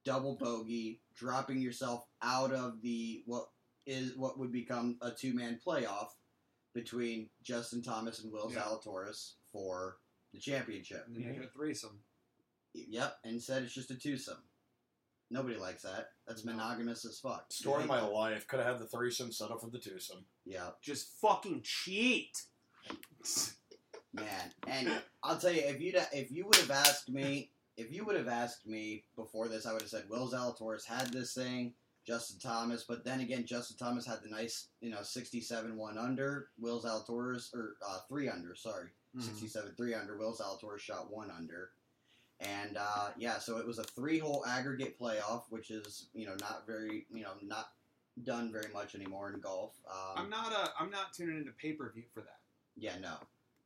Speaker 5: double bogey, dropping yourself out of the what is what would become a two-man playoff between Justin Thomas and Will
Speaker 3: Yeah.
Speaker 5: Zalatoris for the championship.
Speaker 3: And then they
Speaker 4: Mhm.
Speaker 3: hit a threesome.
Speaker 5: Yep, and said it's just a twosome. Nobody likes that. That's monogamous as fuck.
Speaker 4: Story of my life. Could have had the threesome set up for the twosome.
Speaker 5: Yeah,
Speaker 3: Just fucking cheat.
Speaker 5: man. And I'll tell you, if you would if you would have asked me, if you would have asked me before this, I would have said Will Zalatoris had this thing, Justin Thomas. But then again, Justin Thomas had the nice, you know, sixty-seven one under. Will Zalatoris or uh, three under. Sorry,
Speaker 3: Hmm. Mm-hmm.
Speaker 5: 67 3 under. Will Zalatoris shot 1 under. And uh, yeah, so it was a three hole aggregate playoff, which is, you know, not very, you know, not done very much anymore in golf. Um,
Speaker 3: I'm not uh, I'm not tuning into pay per view for that.
Speaker 5: Yeah, no.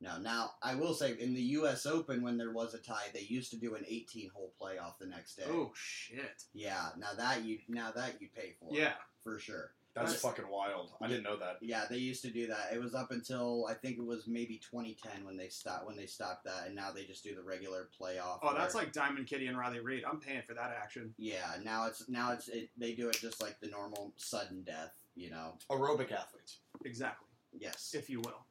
Speaker 5: No. Now, I will say in the U.S. Open, when there was a tie, they used to do an 18 hole playoff the next day.
Speaker 3: Oh shit.
Speaker 5: Yeah, now that you now that you pay for
Speaker 3: Yeah.
Speaker 5: for sure.
Speaker 4: That's,
Speaker 3: That's-
Speaker 4: fucking wild. I didn't know that.
Speaker 5: Yeah, they used to do that. It was up until I think it was maybe 2010 when they stopped when they stopped that, and now they just do the regular playoff.
Speaker 3: Oh, that's
Speaker 5: where-
Speaker 3: like Diamond Kitty and Riley Reed. I'm paying for that action.
Speaker 5: Yeah, now it's now it's it, they do it just like the normal sudden death, you know.
Speaker 4: Aerobic athletes.
Speaker 3: Exactly,
Speaker 5: Yes.
Speaker 3: if you will.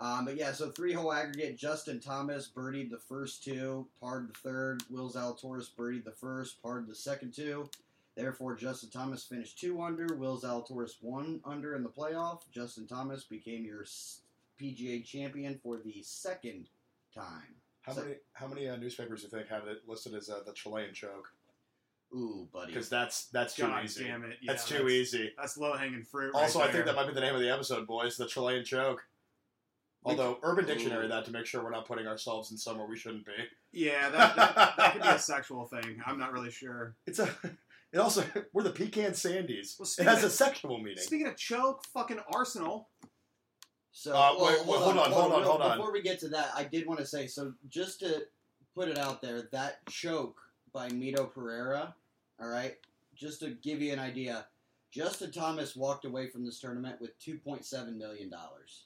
Speaker 5: Um, but yeah, so three hole aggregate. Justin Thomas birdied the first two, parred the third. Will Zalatoris birdied the first, parred the second two. Therefore, Justin Thomas finished two under. Will Zalatoris one under in the playoff. Justin Thomas became your s- PGA champion for the second time.
Speaker 4: How
Speaker 5: So-
Speaker 4: many how many uh, newspapers do you think have it listed as uh, the Chilean choke?
Speaker 5: Ooh, buddy.
Speaker 4: Because that's that's too
Speaker 3: God
Speaker 4: easy.
Speaker 3: damn it. Yeah,
Speaker 4: that's too easy.
Speaker 3: That's low hanging fruit.
Speaker 4: Also,
Speaker 3: right
Speaker 4: I think
Speaker 3: there.
Speaker 4: that might be the name of the episode, boys. The Chilean choke. Although Urban Dictionary
Speaker 5: Ooh.
Speaker 4: that to make sure we're not putting ourselves in somewhere we shouldn't be.
Speaker 3: Yeah, that, that, that could be a sexual thing. I'm not really sure.
Speaker 4: It's a. It also we're the pecan sandies.
Speaker 3: Well,
Speaker 4: it
Speaker 3: speaking
Speaker 4: has
Speaker 3: of-
Speaker 4: a sexual meaning.
Speaker 3: Speaking of choke, fucking Arsenal.
Speaker 5: So
Speaker 4: Uh,
Speaker 5: well,
Speaker 4: wait, wait, hold on, hold on,
Speaker 5: real-
Speaker 4: hold on.
Speaker 5: Before we get to that, I did want to say so just to put it out there, that choke by Mito Pereira, All right, just to give you an idea, Justin Thomas walked away from this tournament with two point seven million dollars.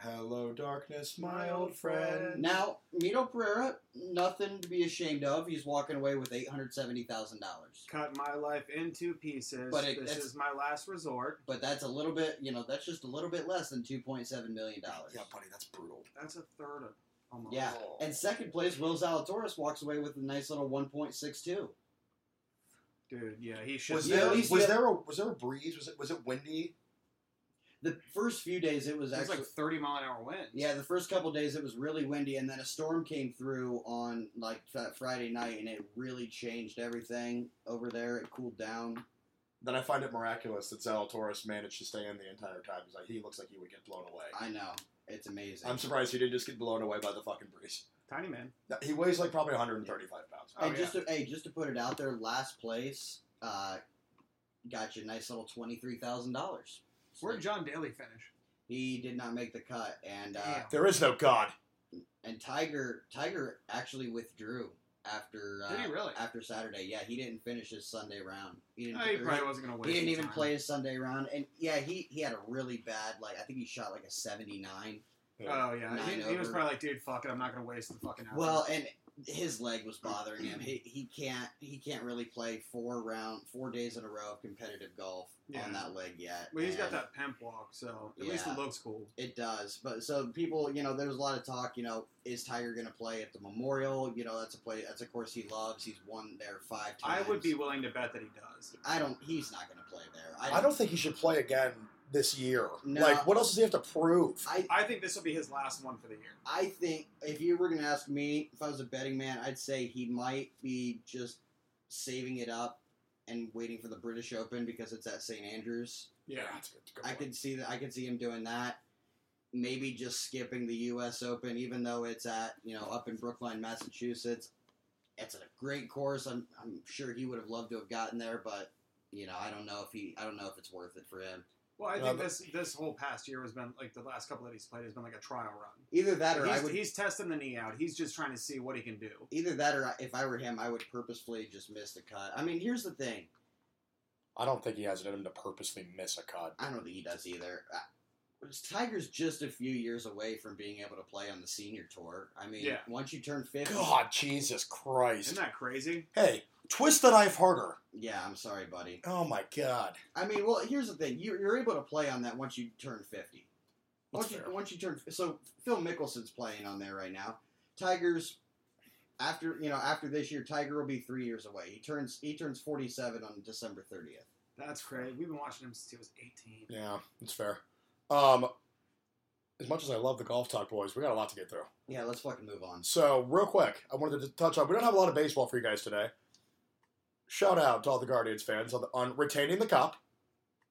Speaker 4: Hello, darkness,
Speaker 3: my old friend.
Speaker 5: Now, Mito Pereira, nothing to be ashamed of. He's walking away with eight hundred seventy thousand dollars.
Speaker 3: Cut my life into pieces.
Speaker 5: But it-
Speaker 3: this
Speaker 5: that's-
Speaker 3: is my last resort.
Speaker 5: But that's a little bit, you know, that's just a little bit less than two point seven million dollars.
Speaker 4: Yeah, buddy, that's brutal.
Speaker 3: That's a third of almost.
Speaker 5: Yeah, and second place, Will Zalatoris walks away with a nice little one point six two.
Speaker 3: Dude, yeah, he should.
Speaker 4: Was
Speaker 5: Yeah,
Speaker 4: there
Speaker 5: at least
Speaker 4: was
Speaker 5: the-
Speaker 4: there a was there a breeze? Was it was it windy?
Speaker 5: The first few days, it was
Speaker 3: That's
Speaker 5: actually
Speaker 3: like 30 mile an hour wind.
Speaker 5: Yeah, the first couple days it was really windy, and then a storm came through on like that Friday night, and it really changed everything over there. It cooled down.
Speaker 4: Then I find it miraculous that Zalatoris managed to stay in the entire time. He's like he looks like he would get blown away.
Speaker 5: I know it's amazing.
Speaker 4: I'm surprised he didn't just get blown away by the fucking breeze.
Speaker 3: Tiny man.
Speaker 4: No, He weighs like probably 135 pounds.
Speaker 3: Oh,
Speaker 5: and
Speaker 3: yeah.
Speaker 5: just to, hey, just to put it out there, last place uh, got you a nice little twenty three thousand dollars.
Speaker 3: Where'd John Daly finish?
Speaker 5: He did not make the cut, and uh,
Speaker 3: Damn.
Speaker 4: There is no God.
Speaker 5: and Tiger Tiger actually withdrew after. Uh,
Speaker 3: Did he really?
Speaker 5: After Saturday, yeah, he didn't finish his Sunday round. He didn't.
Speaker 3: Oh, he
Speaker 5: or
Speaker 3: probably wasn't going to
Speaker 5: He
Speaker 3: win.
Speaker 5: didn't even play his Sunday round, and yeah, he he had a really bad like I think he shot like a seventy nine.
Speaker 3: Oh, yeah.
Speaker 5: Nine
Speaker 3: He, he was
Speaker 5: over.
Speaker 3: probably like, dude, fuck it. I'm not going to waste the fucking hour.
Speaker 5: Well, and his leg was bothering him. He he can't he can't really play four round four days in a row of competitive golf
Speaker 3: Yeah.
Speaker 5: on that leg yet.
Speaker 3: Well, he's got
Speaker 5: and
Speaker 3: that pimp walk, so at least
Speaker 5: Yeah.
Speaker 3: it looks cool.
Speaker 5: It does, but so people, you know, there's a lot of talk. You know, is Tiger going to play at the Memorial? You know, that's a play. That's a course he loves. He's won there five
Speaker 3: I
Speaker 5: times.
Speaker 3: would be willing to bet that he does.
Speaker 5: I don't. He's not going to play there. I don't.
Speaker 4: I don't think he should play again this year.
Speaker 5: No.
Speaker 4: Like, what else does he have to prove?
Speaker 5: I
Speaker 3: I think this will be his last one for the year.
Speaker 5: I think if you were going to ask me if I was a betting man, I'd say he might be just saving it up and waiting for the British Open because it's at St Andrews.
Speaker 3: Yeah.
Speaker 4: that's a good, good
Speaker 5: I
Speaker 4: point.
Speaker 5: could see that. I could see him doing that. Maybe just skipping the U.S. Open, even though it's at you know up in Brookline, Massachusetts. It's a great course. I'm I'm sure he would have loved to have gotten there, but you know I don't know if he I don't know if it's worth it for him.
Speaker 3: Well, I
Speaker 4: Yeah,
Speaker 3: think
Speaker 4: but-
Speaker 3: this this whole past year has been like the last couple that he's played has been like a trial run.
Speaker 5: Either that or I
Speaker 3: He's,
Speaker 5: would.
Speaker 3: he's testing the knee out. He's just trying to see what he can do.
Speaker 5: Either that or I- if I were him, I would purposefully just miss the cut. I mean, here's the thing.
Speaker 4: I don't think he has it in him to purposely miss a cut.
Speaker 5: I don't think he does either. Uh, Tiger's just a few years away from being able to play on the senior tour. I mean,
Speaker 3: Yeah.
Speaker 5: once you turn 50.
Speaker 4: God, Jesus Christ.
Speaker 3: Isn't that crazy?
Speaker 4: Hey, twist the knife harder.
Speaker 5: Yeah, I'm sorry, buddy.
Speaker 4: Oh my God.
Speaker 5: I mean, well, here's the thing. You, you're able to play on that once you turn 50.
Speaker 4: That's
Speaker 5: Once you,
Speaker 4: fair.
Speaker 5: once you turn. So Phil Mickelson's playing on there right now. Tiger's. After you know, after this year, Tiger will be three years away. He turns he turns forty seven on December thirtieth.
Speaker 3: That's crazy. We've been watching him since he was 18.
Speaker 4: Yeah, it's fair. Um, as much as I love the golf talk, boys, we got a lot to get through.
Speaker 5: Yeah, let's fucking move on.
Speaker 4: So, real quick, I wanted to touch on. We don't have a lot of baseball for you guys today. Shout out to all the Guardians fans on, on retaining the cup,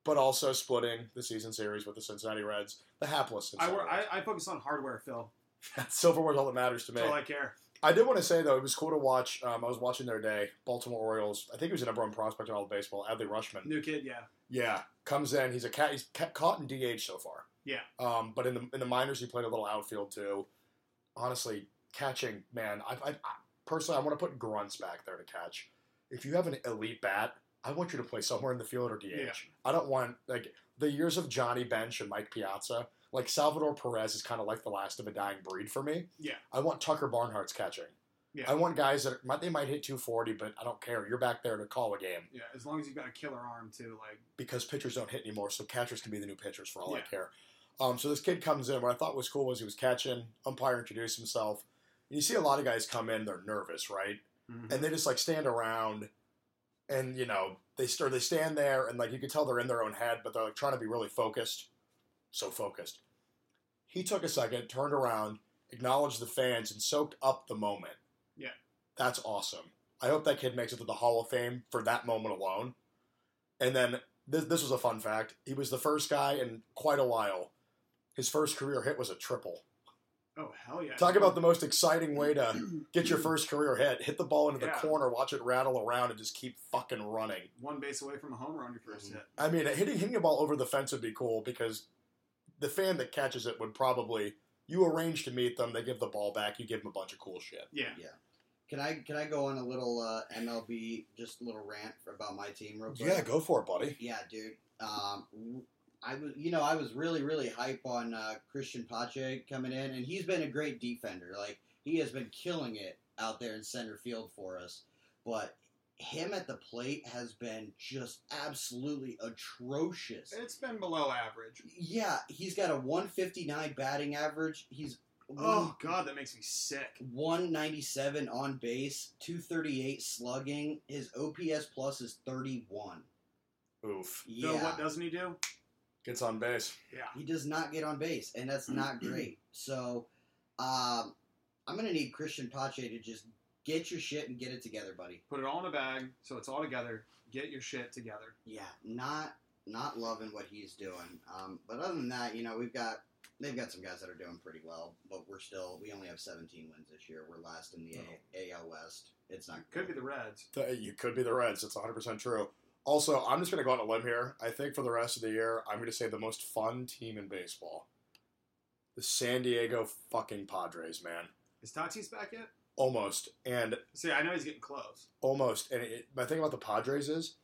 Speaker 4: but also splitting the season series with the Cincinnati Reds, the hapless
Speaker 3: I,
Speaker 4: Cincinnati
Speaker 3: wor-
Speaker 4: Reds.
Speaker 3: I, I focus on hardware, Phil.
Speaker 4: Silverware's all that matters to me.
Speaker 3: That's all I care.
Speaker 4: I did want to say though, it was cool to watch. Um, I was watching their day, Baltimore Orioles. I think he was the number one prospect in all of baseball, Adley Rushman.
Speaker 3: New kid, yeah.
Speaker 4: Yeah, comes in. He's a cat. He's ca- caught in DH so far.
Speaker 3: Yeah.
Speaker 4: Um, but in the in the minors, he played a little outfield too. Honestly, catching, man. I, I, I personally, I want to put grunts back there to catch. If you have an elite bat, I want you to play somewhere in the field or DH.
Speaker 3: Yeah.
Speaker 4: I don't want like the years of Johnny Bench and Mike Piazza. Like Salvador Perez is kind of like the last of a dying breed for me.
Speaker 3: Yeah.
Speaker 4: I want Tucker Barnhart's catching.
Speaker 3: Yeah.
Speaker 4: I want guys that might they might hit 240, but I don't care. You're back there to call a game
Speaker 3: Yeah, as long as you've got a killer arm, too. Like,
Speaker 4: because pitchers don't hit anymore, so catchers can be the new pitchers for all I
Speaker 3: Yeah.
Speaker 4: care. Um, so this kid comes in. What I thought was cool was he was catching. Umpire introduced himself. And you see a lot of guys come in. They're nervous, right?
Speaker 3: mhm.
Speaker 4: And they just like stand around, and you know they start. They stand there, and like you could tell they're in their own head, but they're like trying to be really focused. So focused. He took a second, turned around, acknowledged the fans, and soaked up the moment.
Speaker 3: Yeah.
Speaker 4: that's awesome. I hope that kid makes it to the Hall of Fame for that moment alone. And then this, this was a fun fact. He was the first guy in quite a while. His first career hit was a triple.
Speaker 3: oh, hell yeah.
Speaker 4: Talk about the most exciting way to get your first career hit. Hit the ball into the
Speaker 3: Yeah.
Speaker 4: corner, watch it rattle around, and just keep fucking running.
Speaker 3: One base away from a home run your 1st
Speaker 5: Mhm.
Speaker 3: hit.
Speaker 4: I mean, hitting hitting a ball over the fence would be cool because the fan that catches it would probably you arrange to meet them. They give the ball back. You give them a bunch of cool shit.
Speaker 3: Yeah.
Speaker 5: Can I can I go on a little uh, MLB just a little rant about my team real quick?
Speaker 4: Yeah, go for it, buddy.
Speaker 5: Yeah, dude. Um, I was, you know, I was really, really hype on uh, Christian Pache coming in, and he's been a great defender. Like he has been killing it out there in center field for us. But him at the plate has been just absolutely atrocious.
Speaker 3: It's been below average.
Speaker 5: Yeah, he's got a 159 batting average. He's
Speaker 3: Oh God, that makes me sick.
Speaker 5: 197 on base, 238 slugging. His OPS plus is 31.
Speaker 4: Oof.
Speaker 3: No,
Speaker 5: Yeah.
Speaker 3: what doesn't he do?
Speaker 4: Gets on base.
Speaker 3: Yeah.
Speaker 5: He does not get on base, and that's not great. So, um, I'm going to need Christian Pache to just get your shit and get it together, buddy.
Speaker 3: Put it all in a bag so it's all together. Get your shit together.
Speaker 5: Yeah, not not loving what he's doing. Um, but other than that, you know, we've got they've got some guys that are doing pretty well, but we're still we only have 17 wins this year. We're last in the A- AL West. It's not
Speaker 3: Could be
Speaker 5: great.
Speaker 3: the Reds.
Speaker 4: Th- You could be the Reds. It's 100% true. Also, I'm just going to go on a limb here. I think for the rest of the year, I'm going to say the most fun team in baseball. The San Diego fucking Padres, man.
Speaker 3: Is Tatis back yet?
Speaker 4: Almost. And
Speaker 3: See, I know he's getting close.
Speaker 4: almost. And it, my thing about the Padres is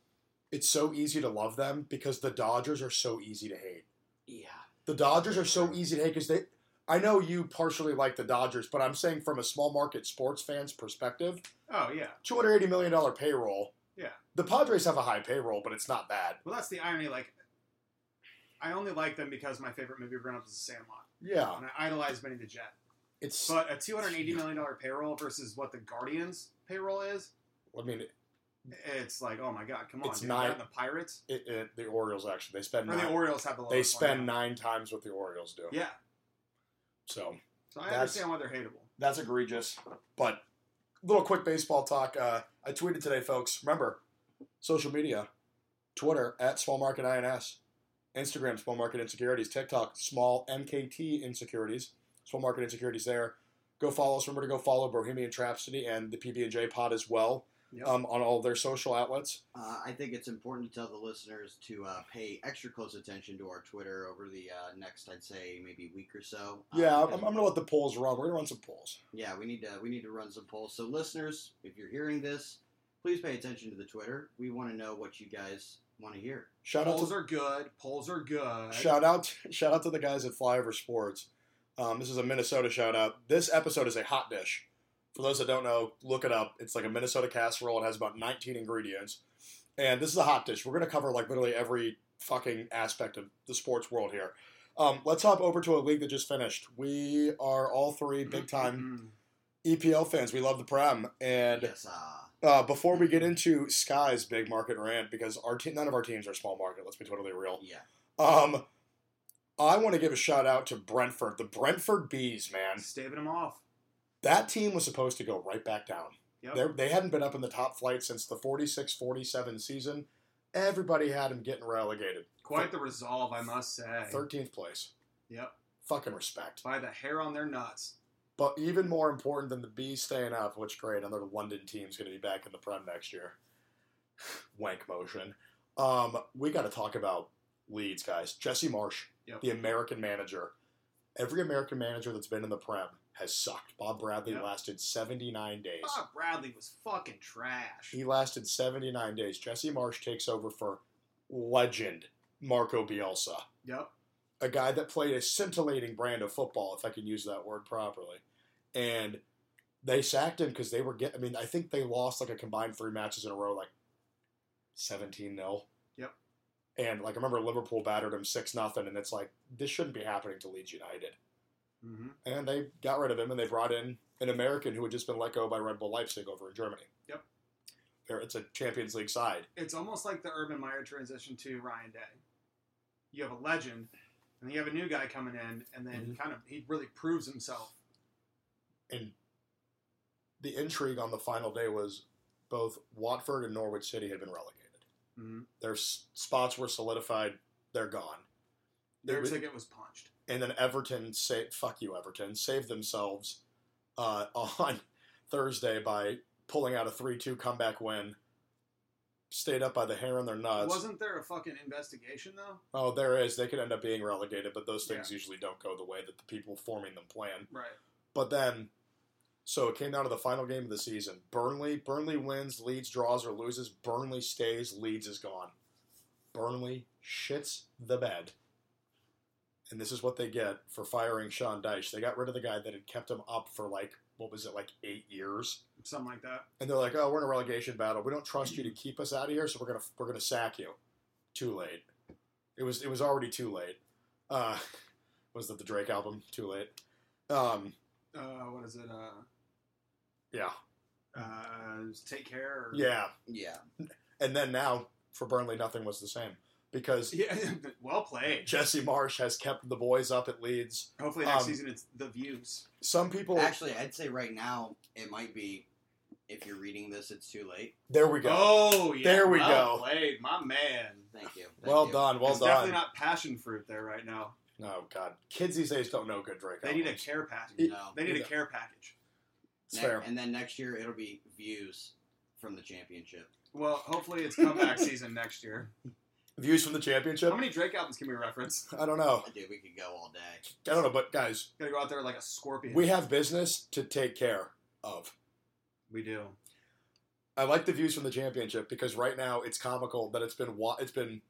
Speaker 4: it's so easy to love them because the Dodgers are so easy to hate.
Speaker 5: yeah.
Speaker 4: The Dodgers are so easy to hate because they. I know you partially like the Dodgers, but I'm saying from a small market sports fan's perspective,
Speaker 3: Oh yeah.
Speaker 4: two hundred eighty million dollar payroll.
Speaker 3: Yeah.
Speaker 4: The Padres have a high payroll, but it's not bad.
Speaker 3: Well, that's the irony. Like, I only like them because my favorite movie growing up is The Sandlot,
Speaker 4: Yeah,
Speaker 3: and I idolize Benny the Jet.
Speaker 4: it's.
Speaker 3: But a two hundred eighty million dollar payroll versus what the Guardians payroll is,
Speaker 4: I mean, it,
Speaker 3: it's like, oh my God, come on!
Speaker 4: It's
Speaker 3: dude.
Speaker 4: nine-
Speaker 3: Not the Pirates
Speaker 4: it, the Orioles actually they spend
Speaker 3: or
Speaker 4: nine,
Speaker 3: the Orioles have the lowest.
Speaker 4: they
Speaker 3: one
Speaker 4: spend
Speaker 3: now.
Speaker 4: nine times what the Orioles do.
Speaker 3: Yeah,
Speaker 4: So
Speaker 3: so I
Speaker 4: That's-
Speaker 3: understand why they're hateable.
Speaker 4: that's egregious. But little quick baseball talk. Uh, I tweeted today, folks. Remember, social media, Twitter at Small Market INS, Instagram Small Market Insecurities, TikTok Small MKT Insecurities, Small Market Insecurities there. Go follow us. Remember to go follow Bohemian Trapsody and the PB and J Pod as well
Speaker 3: Yep.
Speaker 4: um, on all their social outlets.
Speaker 5: Uh, I think it's important to tell the listeners to uh, pay extra close attention to our Twitter over the uh, next, I'd say, maybe week or so.
Speaker 4: Yeah,
Speaker 5: Um,
Speaker 4: I'm, I'm gonna let the polls run. We're gonna run some polls.
Speaker 5: yeah, we need to we need to run some polls. So, listeners, if you're hearing this, please pay attention to the Twitter. We want to know what you guys want to hear.
Speaker 4: Shout out to
Speaker 3: Polls are good. Polls are good.
Speaker 4: Shout out, shout out to the guys at Flyover Sports. Um, this is a Minnesota shout out. This episode is a hot dish. For those that don't know, look it up. It's like a Minnesota casserole. It has about 19 ingredients, and this is a hot dish. We're gonna cover like literally every fucking aspect of the sports world here. Um, let's hop over to a league that just finished. We are all three big time
Speaker 3: Mm.
Speaker 4: EPL fans. We love the Prem, and
Speaker 5: yes, uh,
Speaker 4: uh, before we get into Sky's big market rant, because our te- none of our teams are small market. Let's be totally real.
Speaker 5: yeah,
Speaker 4: Um, I want to give a shout out to Brentford, the Brentford Bees, man.
Speaker 3: Staving them off.
Speaker 4: That team was supposed to go right back down.
Speaker 3: Yep.
Speaker 4: They're- They hadn't been up in the top flight since the 46 47 season. Everybody had them getting relegated.
Speaker 3: Quite the resolve, I must say.
Speaker 4: 13th place.
Speaker 3: Yep.
Speaker 4: Fucking respect.
Speaker 3: By the hair on their nuts.
Speaker 4: But even more important than the Bees staying up, which great, another London team's going to be back in the Prem next year. Wank motion. Um, we got to talk about Leeds, guys. Jesse Marsh,
Speaker 3: Yep.
Speaker 4: the American manager. Every American manager that's been in the Prem has sucked. Bob Bradley
Speaker 3: Yep. Ah,
Speaker 4: lasted 79 days.
Speaker 3: Bob Bradley was fucking trash.
Speaker 4: He lasted 79 days. Jesse Marsh takes over for legend Marco Bielsa
Speaker 3: Yep.
Speaker 4: a guy that played a scintillating brand of football, if I can use that word properly. And they sacked him because they were getting, I mean, I think they lost like a combined three matches in a row, like 17 0.
Speaker 3: Yep.
Speaker 4: And like, I remember Liverpool battered him 6 nothing, and it's like, this shouldn't be happening to Leeds United.
Speaker 3: hmm
Speaker 4: And they got rid of him and they brought in an American who had just been let go by Red Bull Leipzig over in Germany.
Speaker 3: Yep.
Speaker 4: There- It's a Champions League side.
Speaker 3: It's almost like the Urban Meyer transition to Ryan Day. You have a legend, and you have a new guy coming in, and then
Speaker 4: Mm-hmm.
Speaker 3: kind of he really proves himself.
Speaker 4: and the intrigue on the final day was both Watford and Norwich City had been relegated.
Speaker 3: Mm-hmm.
Speaker 4: Their s- spots were solidified. They're gone.
Speaker 3: Their
Speaker 4: There was-
Speaker 3: ticket was punched.
Speaker 4: And then Everton, sa- fuck you, Everton, saved themselves uh, on Thursday by pulling out a 3 2 comeback win. Stayed up by the hair on their nuts.
Speaker 3: Wasn't there a fucking investigation though?
Speaker 4: oh, there is. They could end up being relegated, but those
Speaker 3: Yeah.
Speaker 4: things usually don't go the way that the people forming them plan.
Speaker 3: Right.
Speaker 4: But then, So it came down to the final game of the season. Burnley, Burnley wins, Leeds draws or loses. Burnley stays, Leeds is gone. Burnley shits the bed. And this is what they get for firing Sean Dyche. They got rid of the guy that had kept him up for like what was it, like eight years.
Speaker 3: something like that.
Speaker 4: And they're like, "Oh, we're in a relegation battle. We don't trust you to keep us out of here, so we're gonna we're gonna sack you." Too late. It was it was already too late. Uh, was that the Drake album? Too late. Um,
Speaker 3: Uh, what is it? Uh,
Speaker 4: yeah,
Speaker 3: uh, take care. Or,
Speaker 4: yeah.
Speaker 5: Yeah.
Speaker 4: And then now for Burnley, nothing was the same because
Speaker 3: yeah. well played.
Speaker 4: Jesse Marsh has kept the boys up at Leeds.
Speaker 3: Hopefully next
Speaker 4: Um,
Speaker 3: season it's the views.
Speaker 4: Some people,
Speaker 5: Actually, I'd say right now it might be. If you're reading this, it's too late.
Speaker 4: there we go.
Speaker 3: Oh yeah,
Speaker 4: There we
Speaker 3: well
Speaker 4: go.
Speaker 3: Played, my man.
Speaker 5: Thank you. Thank
Speaker 4: well
Speaker 5: you.
Speaker 4: done, well
Speaker 3: it's definitely
Speaker 4: done.
Speaker 3: not passion fruit there right now.
Speaker 4: oh God, kids these days don't know good Drake.
Speaker 3: They need a
Speaker 4: albums.
Speaker 3: care package.
Speaker 5: No.
Speaker 3: They need a
Speaker 4: Yeah.
Speaker 3: care package.
Speaker 4: It's
Speaker 5: Ne-
Speaker 4: fair.
Speaker 5: And then next year it'll be views from the championship.
Speaker 3: Well, hopefully it's comeback season next year.
Speaker 4: Views from the championship.
Speaker 3: How many Drake albums can we reference?
Speaker 4: I don't know.
Speaker 5: Dude, we could go all day.
Speaker 4: I don't know, but guys,
Speaker 3: Gotta go out there like a scorpion.
Speaker 4: We have business to take care of.
Speaker 3: we do.
Speaker 4: I like the views from the championship because right now it's comical that it's been Wa- it's been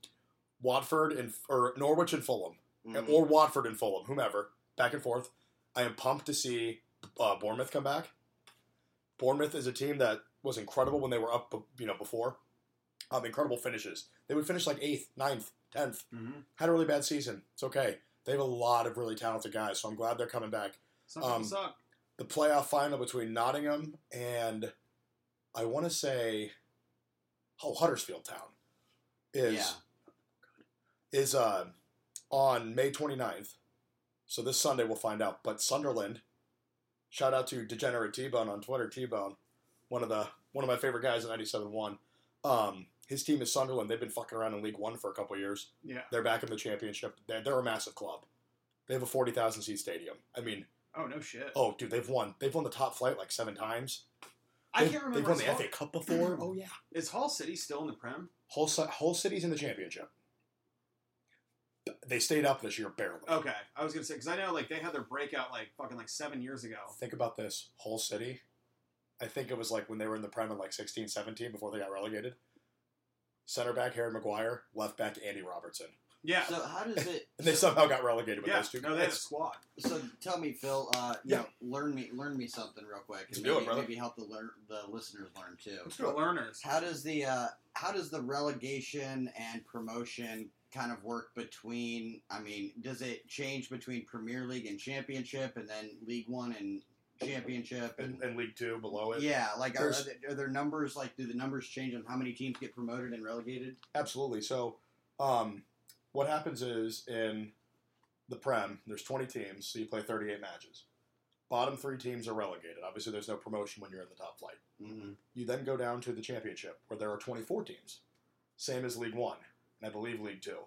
Speaker 4: Watford and or Norwich and Fulham
Speaker 5: Mhm.
Speaker 4: or Watford and Fulham, whomever, back and forth. I am pumped to see uh, Bournemouth come back. Bournemouth is a team that was incredible when they were up, you know, before. Um, incredible finishes. They would finish like eighth, ninth, tenth.
Speaker 3: Mhm.
Speaker 4: Had a really bad season. It's okay. They have a lot of really talented guys, so I'm glad they're coming back
Speaker 3: Some people
Speaker 4: Um,
Speaker 3: suck.
Speaker 4: the playoff final between Nottingham and I want to say, oh Huddersfield Town is
Speaker 5: Yeah.
Speaker 4: is uh, on May 29th. So this Sunday we'll find out. But Sunderland, shout out to Degenerate T Bone on Twitter, T Bone, one of the one of my favorite guys at 97.1. Um, his team is Sunderland. They've been fucking around in League One for a couple of years.
Speaker 3: Yeah.
Speaker 4: They're back in the championship. They're, they're a massive club. They have a 40,000 seat stadium. I mean,
Speaker 3: Oh no shit.
Speaker 4: Oh, dude, they've won. They've won the top flight like seven times.
Speaker 3: I
Speaker 4: They've-
Speaker 3: can't remember.
Speaker 4: They've won
Speaker 3: is
Speaker 4: the
Speaker 3: Hull-
Speaker 4: FA Cup before. oh yeah.
Speaker 3: Is Hall City still in the Prem?
Speaker 4: Whole Ci- Hull City's in the championship. They stayed up this year barely.
Speaker 3: Okay, I was gonna say because I know like they had their breakout like fucking like seven years ago.
Speaker 4: Think about this, Hull City. I think it was like when they were in the prem in like 16, 17 before they got relegated. Center back Harry Maguire, left back Andy Robertson,
Speaker 3: Yeah,
Speaker 5: So how does it?
Speaker 4: and they
Speaker 5: so,
Speaker 4: somehow got relegated with
Speaker 3: yeah.
Speaker 4: those two.
Speaker 3: No, they had a
Speaker 4: guys.
Speaker 3: squad.
Speaker 5: so tell me, Phil. Uh, you
Speaker 4: Yeah.
Speaker 5: know, learn me, learn me something real quick.
Speaker 4: Let's
Speaker 5: and
Speaker 4: do it,
Speaker 5: maybe,
Speaker 4: brother.
Speaker 5: Maybe help the lear- the listeners learn too.
Speaker 3: The learners.
Speaker 5: How does the uh, how does the relegation and promotion kind of work between? I mean, does it change between Premier League and Championship, and then League One and Championship?
Speaker 4: and, and League Two below it.
Speaker 5: yeah, like are, are,
Speaker 4: There's-
Speaker 5: there, are there numbers? Like, do the numbers change on how many teams get promoted and relegated?
Speaker 4: Absolutely. So, um, what happens is in the Prem, there's 20 teams, so you play 38 matches. Bottom three teams are relegated. Obviously, there's no promotion when you're in the top flight.
Speaker 5: Mm-hmm.
Speaker 4: You then go down to the championship, where there are 24 teams, same as League One, and I believe League Two,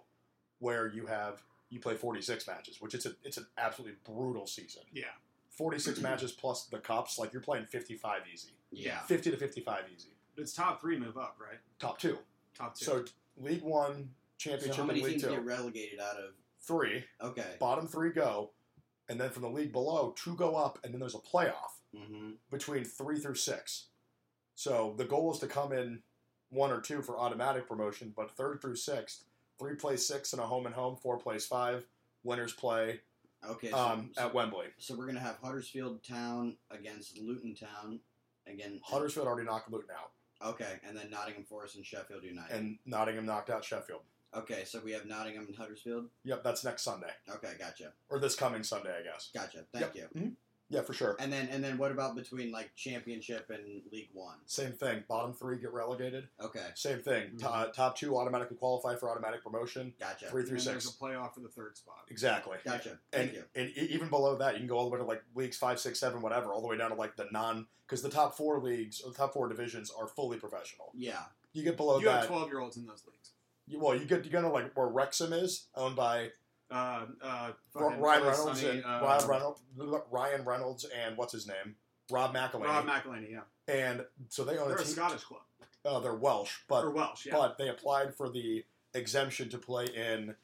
Speaker 4: where you have you play 46 matches, which it's a, it's an absolutely brutal season.
Speaker 3: Yeah.
Speaker 4: 46 matches plus the cups, like you're playing 55 easy,
Speaker 3: Yeah.
Speaker 4: 50 to 55 easy,
Speaker 3: It's top three move up, right?
Speaker 4: top two.
Speaker 3: Top two.
Speaker 4: So League One,
Speaker 5: So
Speaker 4: Championship,
Speaker 5: how many
Speaker 4: and League
Speaker 5: teams
Speaker 4: Two,
Speaker 5: get relegated out of?
Speaker 4: three.
Speaker 5: Okay.
Speaker 4: bottom three go, and then from the league below, two go up, and then there's a playoff
Speaker 5: Mm-hmm.
Speaker 4: between three through six. So the goal is to come in one or two for automatic promotion, but third through sixth, three plays six in a home and home, four plays five, winners play
Speaker 5: Okay. So,
Speaker 4: um,
Speaker 5: so,
Speaker 4: at Wembley.
Speaker 5: so we're gonna have Huddersfield Town against Luton Town again.
Speaker 4: Huddersfield already knocked Luton out,
Speaker 5: Okay, and then Nottingham Forest and Sheffield United.
Speaker 4: and Nottingham knocked out Sheffield.
Speaker 5: okay, so we have Nottingham and Huddersfield.
Speaker 4: Yep, that's next Sunday
Speaker 5: Okay, gotcha,
Speaker 4: or this coming Sunday, I guess.
Speaker 5: gotcha. Thank you.
Speaker 3: Mm-hmm.
Speaker 4: Yeah, for sure.
Speaker 5: And then and then what about between like Championship and League One?
Speaker 4: Same thing. Bottom three get relegated.
Speaker 5: Okay,
Speaker 4: Same thing.
Speaker 3: Mm-hmm.
Speaker 4: To- uh, top two automatically qualify for automatic promotion.
Speaker 5: gotcha,
Speaker 4: Three
Speaker 3: and
Speaker 4: through
Speaker 3: then there's a
Speaker 4: six.
Speaker 3: playoff for the third spot.
Speaker 4: Exactly.
Speaker 5: gotcha.
Speaker 4: and,
Speaker 5: Thank you.
Speaker 4: and e- even below that, you can go all the way to like leagues five, six, seven, whatever, all the way down to like the non because the top four leagues or the top four divisions are fully professional.
Speaker 5: Yeah,
Speaker 4: You get below
Speaker 3: you have
Speaker 4: that,
Speaker 3: twelve year olds in those leagues.
Speaker 4: you, well, you get you go to like where Wrexham is owned by
Speaker 3: Uh, uh,
Speaker 4: R-
Speaker 3: fucking
Speaker 4: Ryan
Speaker 3: Billy
Speaker 4: Reynolds
Speaker 3: Sunny,
Speaker 4: and
Speaker 3: uh,
Speaker 4: Ryan Reynolds, Ryan Reynolds and what's his name, Rob McElhenney,
Speaker 3: Rob McElhenney. Yeah,
Speaker 4: and so they own
Speaker 3: they're
Speaker 4: a
Speaker 3: a
Speaker 4: team.
Speaker 3: Scottish club
Speaker 4: uh, they're Welsh, Oh, but
Speaker 3: or Welsh. Yeah,
Speaker 4: but they applied for the exemption to play in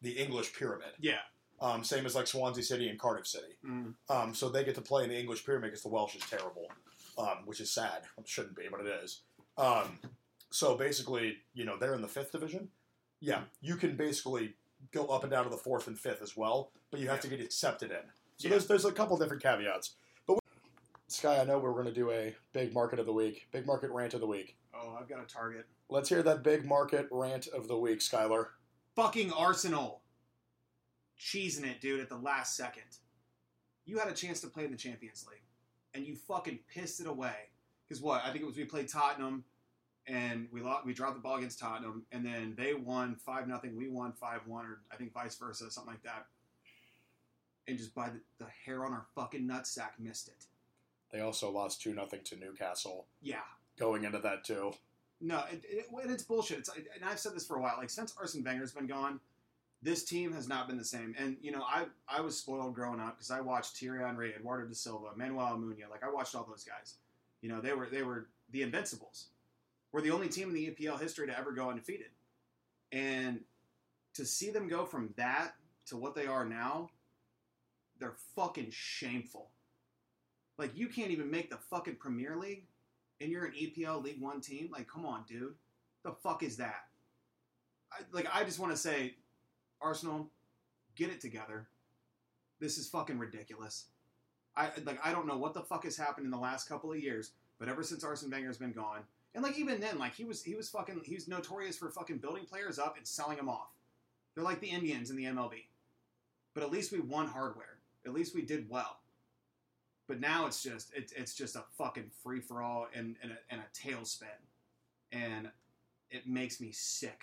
Speaker 4: the English pyramid.
Speaker 3: yeah.
Speaker 4: Um, same as like Swansea City and Cardiff City.
Speaker 3: Mm.
Speaker 4: Um, so they get to play in the English Premier League because the Welsh is terrible, um, which is sad. It shouldn't be, but it is. Um, so basically, you know, they're in the fifth division. Yeah, you can basically go up and down to the fourth and fifth as well, but you have to get accepted in. So
Speaker 1: Yeah.
Speaker 4: there's there's a couple different caveats. But we- Sky, I know we're going to do a big market of the week, big market rant of the week.
Speaker 3: Oh, I've got a target.
Speaker 4: Let's hear that big market rant of the week, Skylar.
Speaker 3: Fucking Arsenal. Cheesing it, dude, at the last second. You had a chance to play in the Champions League, and you fucking pissed it away. Because what? I think it was we played Tottenham, and we lost, we dropped the ball against Tottenham, and then they won five nothing. We won five one, or I think vice versa, something like that. And just by the, the hair on our fucking nutsack, missed it.
Speaker 4: They also lost two nothing to Newcastle.
Speaker 3: Yeah.
Speaker 4: Going into that too,
Speaker 3: No, it, it, and it's bullshit. It's, and I've said this for a while. Like since Arsene Wenger's been gone, this team has not been the same. And you know, I I was spoiled growing up because I watched Thierry Henry, Eduardo da Silva, Manuel Almunia. Like I watched all those guys. You know, they were they were the invincibles. We're the only team in the EPL history to ever go undefeated. And to see them go from that to what they are now, they're fucking shameful. Like you can't even make the fucking Premier League and you're an EPL League One team, like, come on, dude. The fuck is that? I, like, I just want to say, Arsenal, get it together. This is fucking ridiculous. I like, I don't know what the fuck has happened in the last couple of years, but ever since Arsene Wenger's been gone, and like even then, like he was he was fucking he was notorious for fucking building players up and selling them off. They're like the Indians in the MLB. But at least we won hardware. At least we did well but now it's just it, it's just a fucking free for all and and a, and a tailspin, and it makes me sick.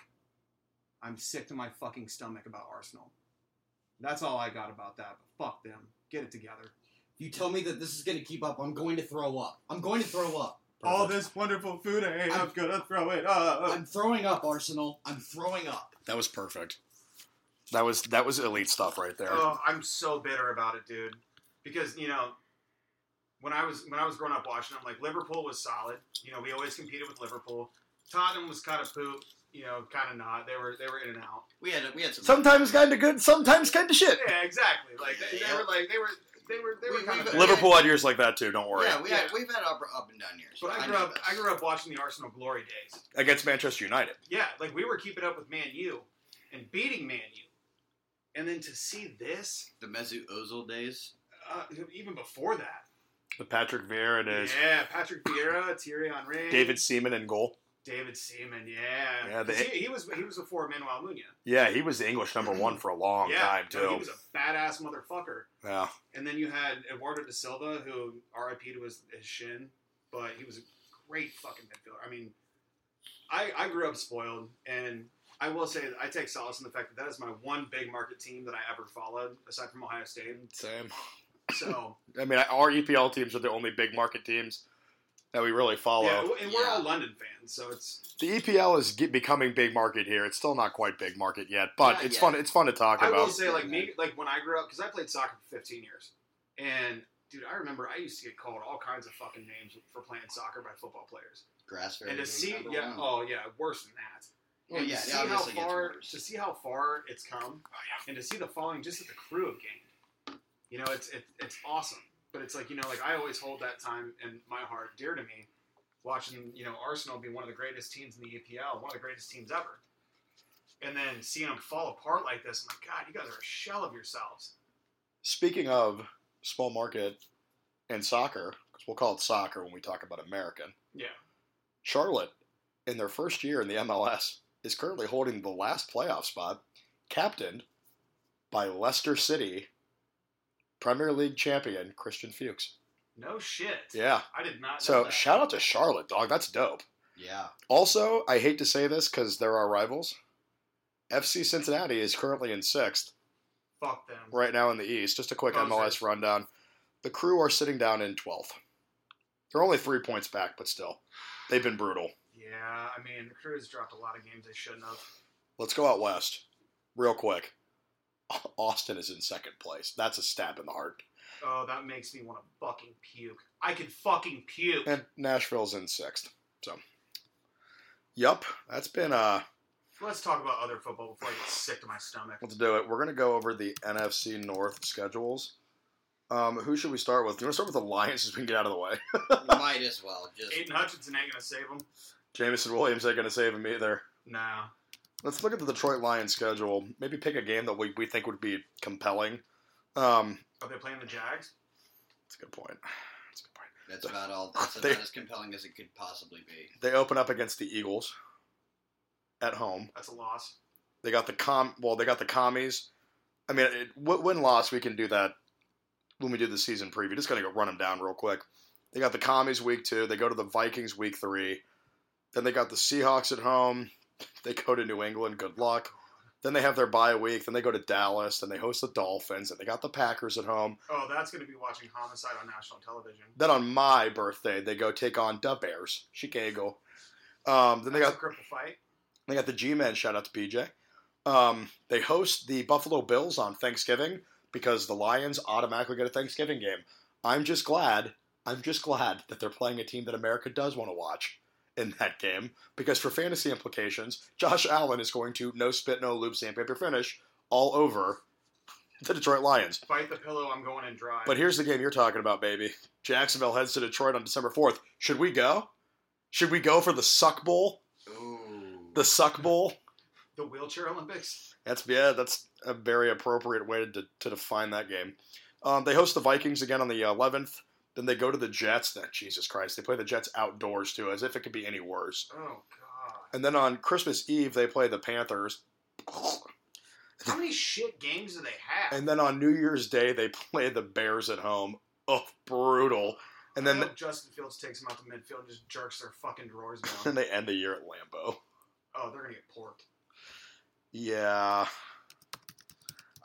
Speaker 3: I'm sick to my fucking stomach about Arsenal. That's all I got about that. But fuck them. Get it together.
Speaker 5: If you tell me that this is going to keep up, I'm going to throw up. I'm going to throw up.
Speaker 4: Perfect.
Speaker 3: this wonderful food I ate,
Speaker 5: I'm
Speaker 3: gonna throw it up.
Speaker 5: I'm throwing up, Arsenal. I'm throwing up.
Speaker 4: That was perfect. That was that was elite stuff right there.
Speaker 3: Oh, I'm so bitter about it, dude. Because you know, when I was when I was growing up watching them, like Liverpool was solid. You know, we always competed with Liverpool. Tottenham was kind of poop. You know, kind of not. They were they were in and out.
Speaker 1: We had we had some.
Speaker 4: sometimes kind of good, sometimes kind of shit.
Speaker 3: Yeah, exactly. Like they, they
Speaker 1: Yeah.
Speaker 3: were like they were they were they were
Speaker 1: We-
Speaker 3: kind
Speaker 1: we-
Speaker 3: of.
Speaker 4: Liverpool had years like that too. Don't worry.
Speaker 1: yeah, we
Speaker 3: Yeah.
Speaker 1: Had, we've had up, up and down years.
Speaker 3: But I grew
Speaker 1: know
Speaker 3: up
Speaker 1: this.
Speaker 3: I grew up watching the Arsenal glory days.
Speaker 4: Against Manchester United,
Speaker 3: Yeah, like we were keeping up with Man U and beating Man U, and then to see this
Speaker 1: the Mesut Ozil days.
Speaker 3: uh, even before that.
Speaker 4: the Patrick Vieira days,
Speaker 3: Yeah, Patrick Vieira, Thierry Henry,
Speaker 4: David Seaman in goal.
Speaker 3: David Seaman. Yeah,
Speaker 4: Yeah, they-
Speaker 3: 'Cause he, he was he was before Manuel Munoz.
Speaker 4: Yeah, he was the English number one for a long
Speaker 3: yeah,
Speaker 4: time
Speaker 3: no, he
Speaker 4: too.
Speaker 3: was a badass motherfucker.
Speaker 4: Yeah,
Speaker 3: And then you had Eduardo da Silva, who RIP'd was his shin, but he was a great fucking midfielder. I mean, I, I grew up spoiled, and I will say that I take solace in the fact that that is my one big market team that I ever followed, aside from Ohio State.
Speaker 4: same.
Speaker 3: So,
Speaker 4: I mean, our EPL teams are the only big market teams that we really follow.
Speaker 3: yeah, and we're
Speaker 1: Yeah.
Speaker 3: all London fans, so it's.
Speaker 4: The EPL is get, becoming big market here. It's still not quite big market yet, but
Speaker 1: Not
Speaker 4: it's
Speaker 1: yet.
Speaker 4: fun. It's fun to talk
Speaker 3: I will
Speaker 4: about.
Speaker 3: say, like me, like when I grew up, because I played soccer for 15 years, and dude, I remember I used to get called all kinds of fucking names for playing soccer by football players,
Speaker 1: Grass
Speaker 3: and to see,
Speaker 1: number
Speaker 3: yeah,
Speaker 1: one.
Speaker 3: oh yeah, worse than that.
Speaker 1: Well, Oh,
Speaker 3: and
Speaker 1: yeah,
Speaker 3: to
Speaker 1: it
Speaker 3: see how
Speaker 1: obviously gets
Speaker 3: far
Speaker 1: worse. Oh,
Speaker 3: to see how far it's come, and to see the following just that the crew have gained. You know, it's it, it's awesome, but it's like you know, like I always hold that time in my heart dear to me, watching you know Arsenal be one of the greatest teams in the EPL, one of the greatest teams ever, and then seeing them fall apart like this. I'm like, God, you guys are a shell of yourselves.
Speaker 4: Speaking of small market and soccer, 'cause we'll call it soccer when we talk about American.
Speaker 3: Yeah.
Speaker 4: Charlotte, in their first year in the MLS, is currently holding the last playoff spot, captained by Leicester City Premier League champion Christian Fuchs.
Speaker 3: No shit.
Speaker 4: Yeah.
Speaker 3: I did not. know
Speaker 4: So
Speaker 3: that.
Speaker 4: shout out to Charlotte, dog. That's dope.
Speaker 1: yeah.
Speaker 4: Also, I hate to say this because they're our rivals. FC Cincinnati is currently in sixth
Speaker 3: fuck them.
Speaker 4: right now in the East. Just a quick
Speaker 3: Bummer.
Speaker 4: MLS rundown. The crew are sitting down in 12th. They're only three points back, but still, they've been brutal.
Speaker 3: Yeah, I mean the Crews dropped a lot of games they shouldn't have.
Speaker 4: Let's go out west, real quick. Austin is in second place. That's a stab in the heart.
Speaker 3: Oh, that makes me want to fucking puke. I could fucking puke.
Speaker 4: And Nashville's in sixth. So, yup, that's been uh,
Speaker 3: Let's talk about other football before I get sick to my stomach.
Speaker 4: Let's do it. We're going to go over the NFC North schedules. Um, who should we start with? Do you want to start with the Lions so we can get out of the way?
Speaker 1: You might as well just.
Speaker 3: Aiden Hutchinson ain't gonna save him.
Speaker 4: Jamison Williams ain't going to save him either.
Speaker 3: No.
Speaker 4: Let's look at the Detroit Lions schedule. Maybe pick a game that we, we think would be compelling. Um,
Speaker 3: Are they playing the Jags?
Speaker 4: that's a good point. That's a good point.
Speaker 1: That's about all. That's
Speaker 4: They-
Speaker 1: about as compelling as it could possibly be.
Speaker 4: They open up against the Eagles at home.
Speaker 3: That's a loss.
Speaker 4: They got the com. Well, they got the commies. I mean, it, w- win loss. We can do that when we do the season preview. Just gotta go run them down real quick. They got the commies week two. They go to the Vikings week three. Then they got the Seahawks at home. They go to New England. Good luck. Then they have their bye week. Then they go to Dallas. Then they host the Dolphins. And they got the Packers at home.
Speaker 3: Oh, that's gonna be watching homicide on national television.
Speaker 4: Then on my birthday, they go take on the Bears, Chicago. Um, then they got
Speaker 3: That's a cripple fight.
Speaker 4: They got the G-Man. Shout out to PJ. Um, they host the Buffalo Bills on Thanksgiving because the Lions automatically get a Thanksgiving game. I'm just glad. I'm just glad that they're playing a team that America does want to watch in that game because for fantasy implications, Josh Allen is going to no spit, no loop, sandpaper finish all over the Detroit Lions.
Speaker 3: Bite the pillow. I'm going and drive.
Speaker 4: But here's the game you're talking about, baby. Jacksonville heads to Detroit on December 4th. Should we go? Should we go for the Suck Bowl?
Speaker 1: Ooh.
Speaker 4: The Suck Bowl?
Speaker 3: the wheelchair Olympics.
Speaker 4: That's yeah, that's a very appropriate way to, to define that game. Um, they host the Vikings again on the 11th. Then they go to the Jets. That Jesus Christ, they play the Jets outdoors too, as if it could be any worse.
Speaker 3: Oh God.
Speaker 4: And then on Christmas Eve they play the Panthers.
Speaker 3: How many shit games do they have?
Speaker 4: And then on New Year's Day they play the Bears at home. Oh, brutal! And
Speaker 3: I
Speaker 4: then
Speaker 3: hope Justin Fields takes them out to midfield and just jerks their fucking drawers
Speaker 4: then
Speaker 3: down.
Speaker 4: they end the year at Lambeau.
Speaker 3: oh, they're gonna get porked.
Speaker 4: Yeah.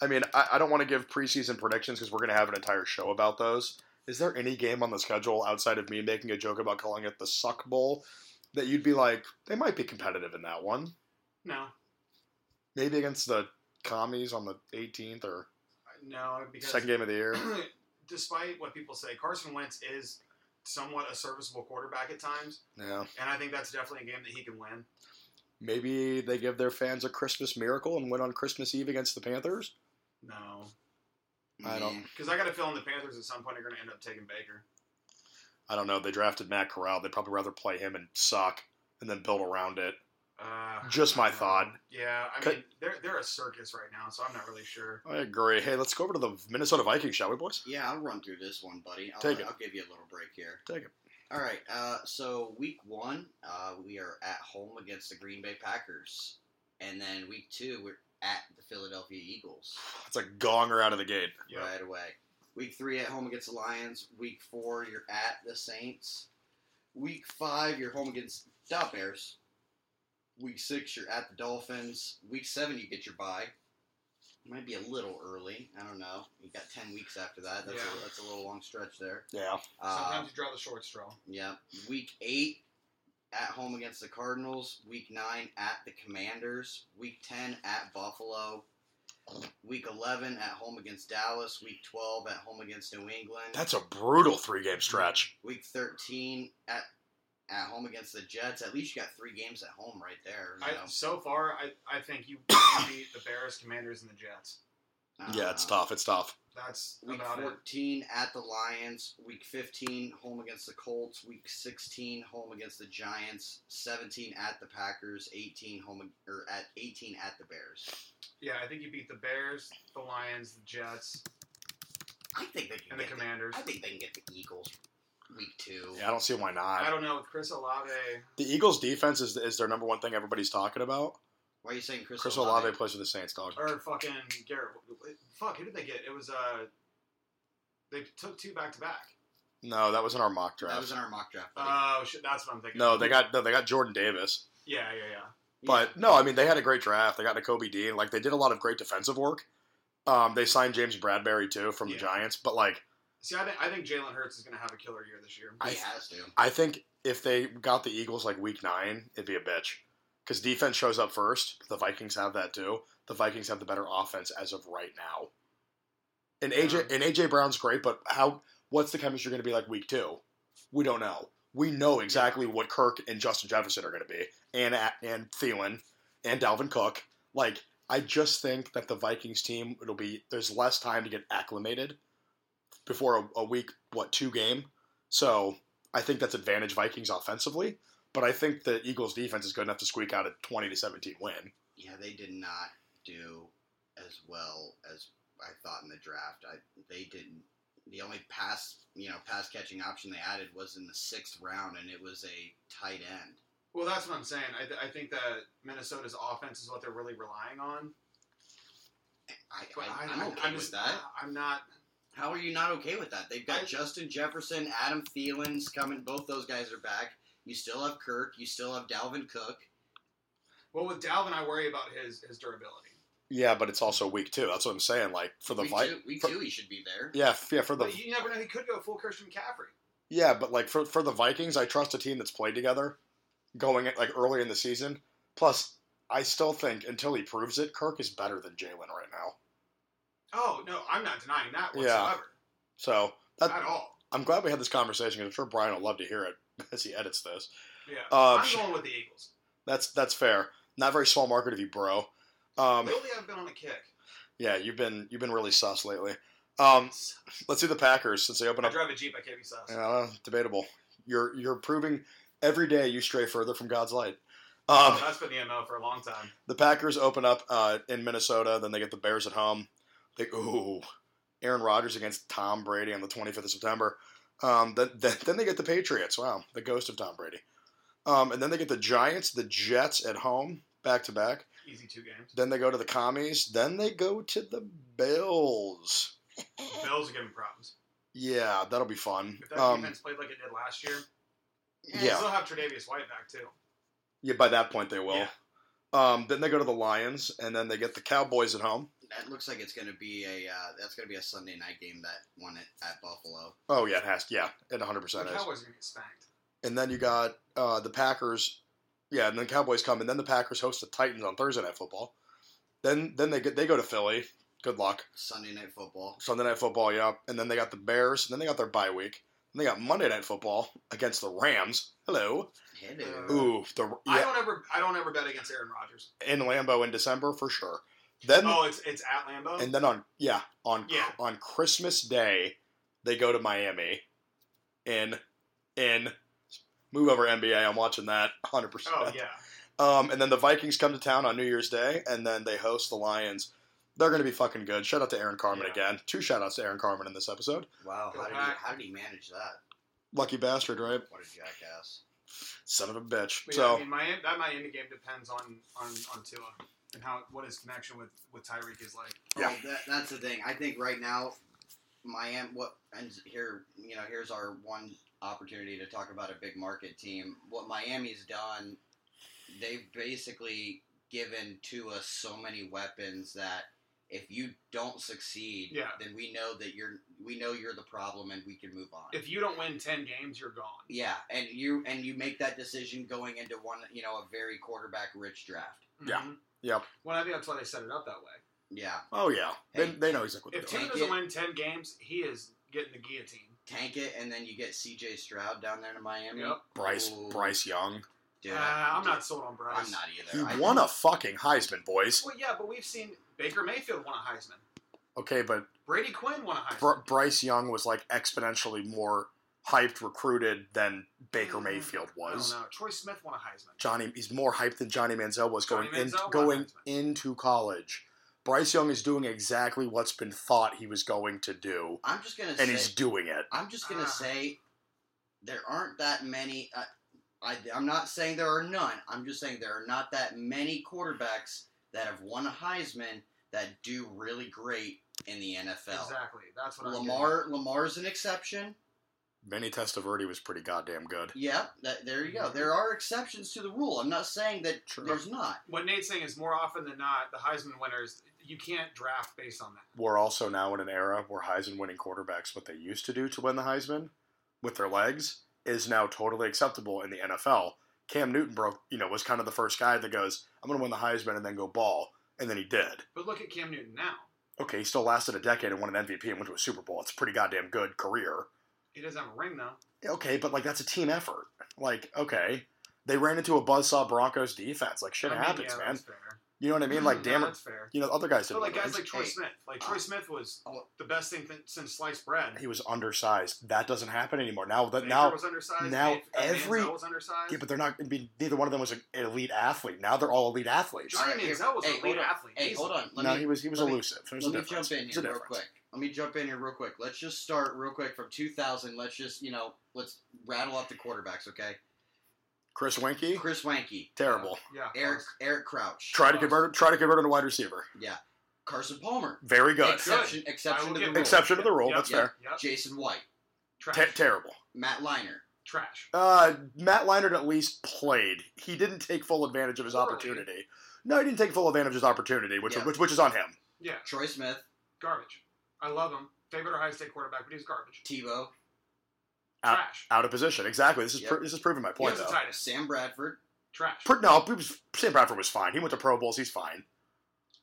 Speaker 4: I mean, I, I don't want to give preseason predictions because we're going to have an entire show about those. Is there any game on the schedule outside of me making a joke about calling it the Suck Bowl that you'd be like, they might be competitive in that one?
Speaker 3: No,
Speaker 4: Maybe against the commies on the 18th or
Speaker 3: no, because
Speaker 4: second game of the year?
Speaker 3: despite what people say, Carson Wentz is somewhat a serviceable quarterback at times,
Speaker 4: Yeah.
Speaker 3: and I think that's definitely a game that he can win.
Speaker 4: Maybe they give their fans a Christmas miracle and win on Christmas Eve against the Panthers?
Speaker 3: No,
Speaker 4: I don't.
Speaker 3: because I got a feeling the Panthers at some point are going to end up taking Baker.
Speaker 4: I don't know. They drafted Matt Corral. They'd probably rather play him and suck and then build around it.
Speaker 3: Uh,
Speaker 4: Just my
Speaker 3: I don't know.
Speaker 4: thought.
Speaker 3: Yeah, I
Speaker 4: Cut-
Speaker 3: mean they're they're a circus right now, so I'm not really sure.
Speaker 4: I agree. Hey, let's go over to the Minnesota Vikings, shall we, boys?
Speaker 1: Yeah, I'll run through this one, buddy. I'll,
Speaker 4: Take it.
Speaker 1: I'll give you a little break here.
Speaker 4: Take it.
Speaker 1: All right. Uh, so week one, uh, we are at home against the Green Bay Packers, and then week two, we're at the Philadelphia Eagles
Speaker 4: It's a gonger out of the gate.
Speaker 3: Yep.
Speaker 1: right away. Week three at home against the Lions. Week four, you're at the Saints. Week five, you're home against the Bears. Week six, you're at the Dolphins. Week seven, you get your bye. Might be a little early. I don't know. You got ten weeks after that. That's,
Speaker 3: Yeah.
Speaker 1: a, that's a little long stretch there.
Speaker 4: Yeah.
Speaker 1: Uh,
Speaker 3: Sometimes you draw the short straw.
Speaker 1: yeah. Week eight at home against the Cardinals. Week nine at the Commanders. Week ten at Buffalo. Week eleven at home against Dallas. Week twelve at home against New England.
Speaker 4: That's a brutal three game stretch.
Speaker 1: Week thirteen at at home against the Jets. At least you got three games at home right there. you
Speaker 3: I,
Speaker 1: know.
Speaker 3: so far, I, I think you you beat the Bears, Commanders, and the Jets.
Speaker 1: I
Speaker 4: Yeah,
Speaker 1: don't
Speaker 4: it's
Speaker 3: Uh,
Speaker 1: know.
Speaker 4: tough. It's tough.
Speaker 3: That's
Speaker 1: Week
Speaker 3: about it.
Speaker 1: 14 at the Lions. Week 15 home against the Colts. Week 16 home against the Giants. 17 at the Packers. 18 home or at 18 at the Bears.
Speaker 3: Yeah, I think you beat the Bears, the Lions, the Jets,
Speaker 1: I think they can
Speaker 3: and the
Speaker 1: get the,
Speaker 3: Commanders.
Speaker 1: I think they can get the Eagles week two.
Speaker 4: Yeah, I don't see why
Speaker 3: I
Speaker 4: not.
Speaker 3: don't know with Chris Olave.
Speaker 4: The Eagles' defense is, is their number one thing everybody's talking about.
Speaker 1: Why are you saying Chris,
Speaker 4: Chris
Speaker 1: Olave?
Speaker 4: Olave plays for the Saints, dog.
Speaker 3: or fucking Garrett. Fuck, who did they get? It was uh, they took two back to back.
Speaker 4: No, that was in our mock
Speaker 1: That was
Speaker 4: draft.
Speaker 1: in our mock draft. buddy.
Speaker 3: Oh shit, that's what I'm thinking.
Speaker 4: No, they got no, they got Jordan Davis.
Speaker 3: Yeah, yeah, yeah.
Speaker 4: But no, I mean they had a great draft. They got N'Kobe Dean. Like they did a lot of great defensive work. Um, they signed James Bradbury too from the
Speaker 3: Yeah.
Speaker 4: Giants. But like
Speaker 3: See, I, think I think Jalen Hurts is gonna have a killer year this year.
Speaker 1: he
Speaker 4: I-
Speaker 1: has to.
Speaker 4: I think if they got the Eagles like week nine, it'd be a bitch. Because defense shows up first. The Vikings have that too. The Vikings have the better offense as of right now. And AJ and AJ Brown's great, but how what's the chemistry gonna be like week two? We don't know. We know exactly what Kirk uh, and Justin Jefferson are gonna be. And at, and Thielen. and Dalvin Cook. Like, I just think that the Vikings team, it'll be, there's less time to get acclimated before a, a week, what, two game. So I think that's advantage Vikings offensively. But I think the Eagles defense is good enough to squeak out a 20 to 17 win.
Speaker 1: Yeah, they did not do as well as I thought in the draft. I they didn't. The only pass, you know, pass catching option they added was in the sixth round, and it was a tight end.
Speaker 3: Well, that's what I'm saying. I, th- I think that Minnesota's offense is what they're really relying on.
Speaker 1: I,
Speaker 3: But
Speaker 1: I,
Speaker 3: don't-
Speaker 1: I'm okay with
Speaker 3: just-
Speaker 1: that.
Speaker 3: I'm not.
Speaker 1: How are you not okay with that? They've got
Speaker 3: I-
Speaker 1: Justin Jefferson, Adam Thielen's coming. Both those guys are back. You still have Kirk. You still have Dalvin Cook.
Speaker 3: Well, with Dalvin, I worry about his his durability.
Speaker 4: Yeah, but it's also week two. That's what I'm saying. Like, for the
Speaker 1: week
Speaker 4: Vikings.
Speaker 1: two, week
Speaker 4: for-
Speaker 1: two, he should be there.
Speaker 4: Yeah, f- yeah, for the
Speaker 3: But you never know. He could go full Christian McCaffrey.
Speaker 4: Yeah, but like for for the Vikings, I trust a team that's played together going at, like early in the season. Plus, I still think until he proves it, Kirk is better than Jalen right now.
Speaker 3: Oh no, I'm not denying that
Speaker 4: Yeah.
Speaker 3: whatsoever.
Speaker 4: So
Speaker 3: At
Speaker 4: that,
Speaker 3: all.
Speaker 4: I'm glad we had this conversation 'cause I'm sure Brian will love to hear it as he edits this.
Speaker 3: Yeah.
Speaker 4: Uh,
Speaker 3: I'm
Speaker 4: sh-
Speaker 3: going with the Eagles.
Speaker 4: That's that's fair. Not very small market of you, bro. Um,
Speaker 3: Lately, I've been on a kick.
Speaker 4: yeah, you've been you've been really sus lately. Um, let's do the Packers since they open
Speaker 3: I
Speaker 4: up.
Speaker 3: drive a Jeep. I can't be sus.
Speaker 4: Uh, debatable. You're you're proving every day you stray further from God's light. Um,
Speaker 3: Oh, that's been the MO for a long time.
Speaker 4: The Packers open up uh, in Minnesota, then they get the Bears at home. They ooh, Aaron Rodgers against Tom Brady on the 25th of September. Um, then, then, then they get the Patriots. Wow, the ghost of Tom Brady. Um, and then they get the Giants, the Jets at home, back to back.
Speaker 3: Easy two games.
Speaker 4: Then they go to the Commies. Then they go to the Bills.
Speaker 3: The Bills are giving problems.
Speaker 4: Yeah, that'll be fun.
Speaker 3: If that
Speaker 4: Um,
Speaker 3: defense played like it did last year,
Speaker 4: Yeah.
Speaker 3: they'll have Tre'Davious White back too.
Speaker 4: yeah, by that point they will.
Speaker 3: Yeah.
Speaker 4: Um, then they go to the Lions, and then they get the Cowboys at home.
Speaker 1: That looks like it's going to be a uh, that's going to be a Sunday night game that one at, at Buffalo.
Speaker 4: Oh yeah, it has. Yeah, it 100%
Speaker 3: The
Speaker 4: is.
Speaker 3: Cowboys are gonna get spanked.
Speaker 4: and then you got uh, the Packers. Yeah, and then Cowboys come, and then the Packers host the Titans on Thursday Night Football. Then then they get, they go to Philly. Good luck
Speaker 1: Sunday night football.
Speaker 4: Sunday Night Football. Yep, and then they got the Bears, and then they got their bye week. And they got Monday Night Football against the Rams. Hello,
Speaker 1: Hit it.
Speaker 3: Uh,
Speaker 4: ooh, the
Speaker 3: I
Speaker 4: yeah,
Speaker 3: don't ever. I don't ever bet against Aaron Rodgers.
Speaker 4: in Lambeau in December for sure. Then
Speaker 3: Oh, it's it's at Lambeau.
Speaker 4: and then on yeah on
Speaker 3: Yeah.
Speaker 4: on Christmas Day they go to Miami. In in move over NBA. I'm watching that 100. percent
Speaker 3: oh yeah.
Speaker 4: Um, and then the Vikings come to town on New Year's Day, and then they host the Lions. They're going to be fucking good. Shout out to Aaron Carmen
Speaker 3: Yeah.
Speaker 4: again. Two shout outs to Aaron Carmen in this episode.
Speaker 1: Wow,
Speaker 3: Go
Speaker 1: how did, he,
Speaker 3: back.
Speaker 1: how did he manage that?
Speaker 4: Lucky bastard, right?
Speaker 1: What a jackass.
Speaker 4: Son of a bitch.
Speaker 3: But yeah,
Speaker 4: so,
Speaker 3: I mean, Miami, that Miami game depends on on on Tua and how what his connection with with Tyreek is like.
Speaker 4: Yeah.
Speaker 1: Well, Oh, that, that's the thing. I think right now, Miami. What and here, you know, here's our one opportunity to talk about a big market team. What Miami's done, they've basically given to us so many weapons that if you don't succeed,
Speaker 3: Yeah.
Speaker 1: then we know that you're we know you're the problem and we can move on.
Speaker 3: If you don't win ten games, you're gone.
Speaker 1: yeah, and you and you make that decision going into one, you know, a very quarterback rich draft.
Speaker 4: Yeah.
Speaker 3: Mhm.
Speaker 4: Yep.
Speaker 3: Well, I think that's why they set it up that way.
Speaker 1: Yeah,
Speaker 4: oh yeah, they,
Speaker 1: Hey,
Speaker 4: they know exactly what
Speaker 3: If
Speaker 4: they're doing.
Speaker 3: Tua
Speaker 1: Tank
Speaker 3: doesn't
Speaker 1: it.
Speaker 3: win ten games, he is getting the guillotine.
Speaker 1: tank it, and then you get C.J. Stroud down there to Miami.
Speaker 3: Yep.
Speaker 4: Bryce
Speaker 1: Ooh.
Speaker 4: Bryce Young.
Speaker 1: Dude,
Speaker 3: Uh,
Speaker 1: I-
Speaker 3: I'm not sold on Bryce.
Speaker 1: I'm not
Speaker 4: He
Speaker 1: either. I
Speaker 4: won a fucking Heisman, boys.
Speaker 3: Well, yeah, but we've seen Baker Mayfield won a Heisman.
Speaker 4: Okay, but
Speaker 3: Brady Quinn won a Heisman.
Speaker 4: Br- Bryce Young was like exponentially more hyped, recruited than Baker
Speaker 3: Mm,
Speaker 4: Mayfield
Speaker 3: I don't
Speaker 4: was.
Speaker 3: know. Troy Smith won a Heisman.
Speaker 4: Johnny he's more hyped than Johnny Manziel was
Speaker 3: Johnny
Speaker 4: going in,
Speaker 3: Manziel,
Speaker 4: going
Speaker 3: Heisman.
Speaker 4: into college. Bryce Young is doing exactly what's been thought he was going to do,
Speaker 1: I'm just gonna
Speaker 4: and
Speaker 1: say.
Speaker 4: he's doing it.
Speaker 1: I'm just gonna
Speaker 3: Ah.
Speaker 1: say there aren't that many. Uh, I, I'm not saying there are none. I'm just saying there are not that many quarterbacks that have won a Heisman that do really great in the NFL.
Speaker 3: Exactly. That's what I'm getting
Speaker 1: Lamar Lamar's an exception.
Speaker 4: Vinny Testaverde was pretty goddamn good.
Speaker 1: Yeah, that, there you go.
Speaker 3: Mm-hmm.
Speaker 1: There are exceptions to the rule. I'm not saying that
Speaker 4: Sure.
Speaker 1: there's not.
Speaker 3: at. What Nate's saying is more often than not, the Heisman winners you can't draft based on that.
Speaker 4: We're also now in an era where Heisman winning quarterbacks, what they used to do to win the Heisman with their legs, is now totally acceptable in the NFL. Cam Newton broke, you know, was kind of the first guy that goes, "I'm going to win the Heisman and then go ball," and then he did.
Speaker 3: But look at Cam Newton now.
Speaker 4: Okay, he still lasted a decade and won an MVP and went to a Super Bowl. It's a pretty goddamn good career.
Speaker 3: He doesn't have a ring though.
Speaker 4: okay, but like that's a team effort. Like, okay, They ran into a buzzsaw Broncos defense. Like shit
Speaker 3: I mean,
Speaker 4: happens,
Speaker 3: yeah,
Speaker 4: man.
Speaker 3: That's fair.
Speaker 4: You know what I mean? Like damn
Speaker 3: no,
Speaker 4: it.
Speaker 3: that's fair.
Speaker 4: You know, other guys
Speaker 3: So
Speaker 4: didn't.
Speaker 3: like
Speaker 4: win.
Speaker 3: guys like Troy
Speaker 5: Hey.
Speaker 3: Smith, like
Speaker 5: Uh,
Speaker 3: Troy Smith was
Speaker 5: oh.
Speaker 3: the best thing th- since sliced bread.
Speaker 4: he was undersized. That doesn't happen anymore. Now that
Speaker 3: Baker
Speaker 4: now,
Speaker 3: was undersized.
Speaker 4: now
Speaker 3: Manziel- uh,
Speaker 4: every-
Speaker 3: Manziel was undersized.
Speaker 4: yeah, but they're not. I mean, neither one of them was an elite athlete. Now they're all elite athletes.
Speaker 5: All
Speaker 3: Johnny
Speaker 5: right, here-
Speaker 3: Manziel was
Speaker 5: hey,
Speaker 3: an
Speaker 5: hold
Speaker 3: elite
Speaker 5: on.
Speaker 3: athlete.
Speaker 5: Hey,
Speaker 3: He's-
Speaker 5: hold on. Let
Speaker 4: no,
Speaker 5: me,
Speaker 4: he was he was
Speaker 5: let me-
Speaker 4: elusive. There's a
Speaker 5: Let me
Speaker 4: difference.
Speaker 5: jump in
Speaker 4: There's a
Speaker 5: here real
Speaker 4: difference.
Speaker 5: quick. Let me jump in here real quick. Let's just start real quick from 2000. Let's just, you know, let's rattle off the quarterbacks, okay?
Speaker 4: Chris Winky,
Speaker 5: Chris Wanky.
Speaker 4: terrible.
Speaker 3: Yeah,
Speaker 5: Eric
Speaker 3: Carson.
Speaker 5: Eric Crouch.
Speaker 4: Try to convert. Try to convert into wide receiver.
Speaker 5: Carson Palmer.
Speaker 4: Very good.
Speaker 5: Exception,
Speaker 3: I
Speaker 5: exception
Speaker 3: will
Speaker 5: to the
Speaker 3: give
Speaker 5: rule.
Speaker 3: him-
Speaker 4: Exception to the rule.
Speaker 3: Yep.
Speaker 4: That's
Speaker 5: Yep.
Speaker 4: fair.
Speaker 3: Yep.
Speaker 5: Jason White.
Speaker 3: Trash.
Speaker 4: Te- terrible.
Speaker 5: Matt Leiner.
Speaker 3: Trash.
Speaker 4: Uh, Matt Leinart at least played. He didn't take full advantage of his
Speaker 3: Poorly.
Speaker 4: opportunity. No, he didn't take full advantage of his opportunity, which
Speaker 5: Yeah.
Speaker 4: which, which is on him.
Speaker 3: Yeah,
Speaker 5: Troy Smith.
Speaker 3: garbage. I love him. Favorite Ohio State quarterback, but he's garbage.
Speaker 5: Tebow.
Speaker 4: Out.
Speaker 3: Trash.
Speaker 4: Out of position. Exactly. This is
Speaker 5: Yep.
Speaker 4: pr- this is proving my
Speaker 3: He
Speaker 4: point
Speaker 3: was a
Speaker 4: Uh, though.
Speaker 3: Titus.
Speaker 5: Sam Bradford.
Speaker 3: Trash.
Speaker 4: Pr- no, he was, Sam Bradford was fine. He went to Pro Bowls. He's fine.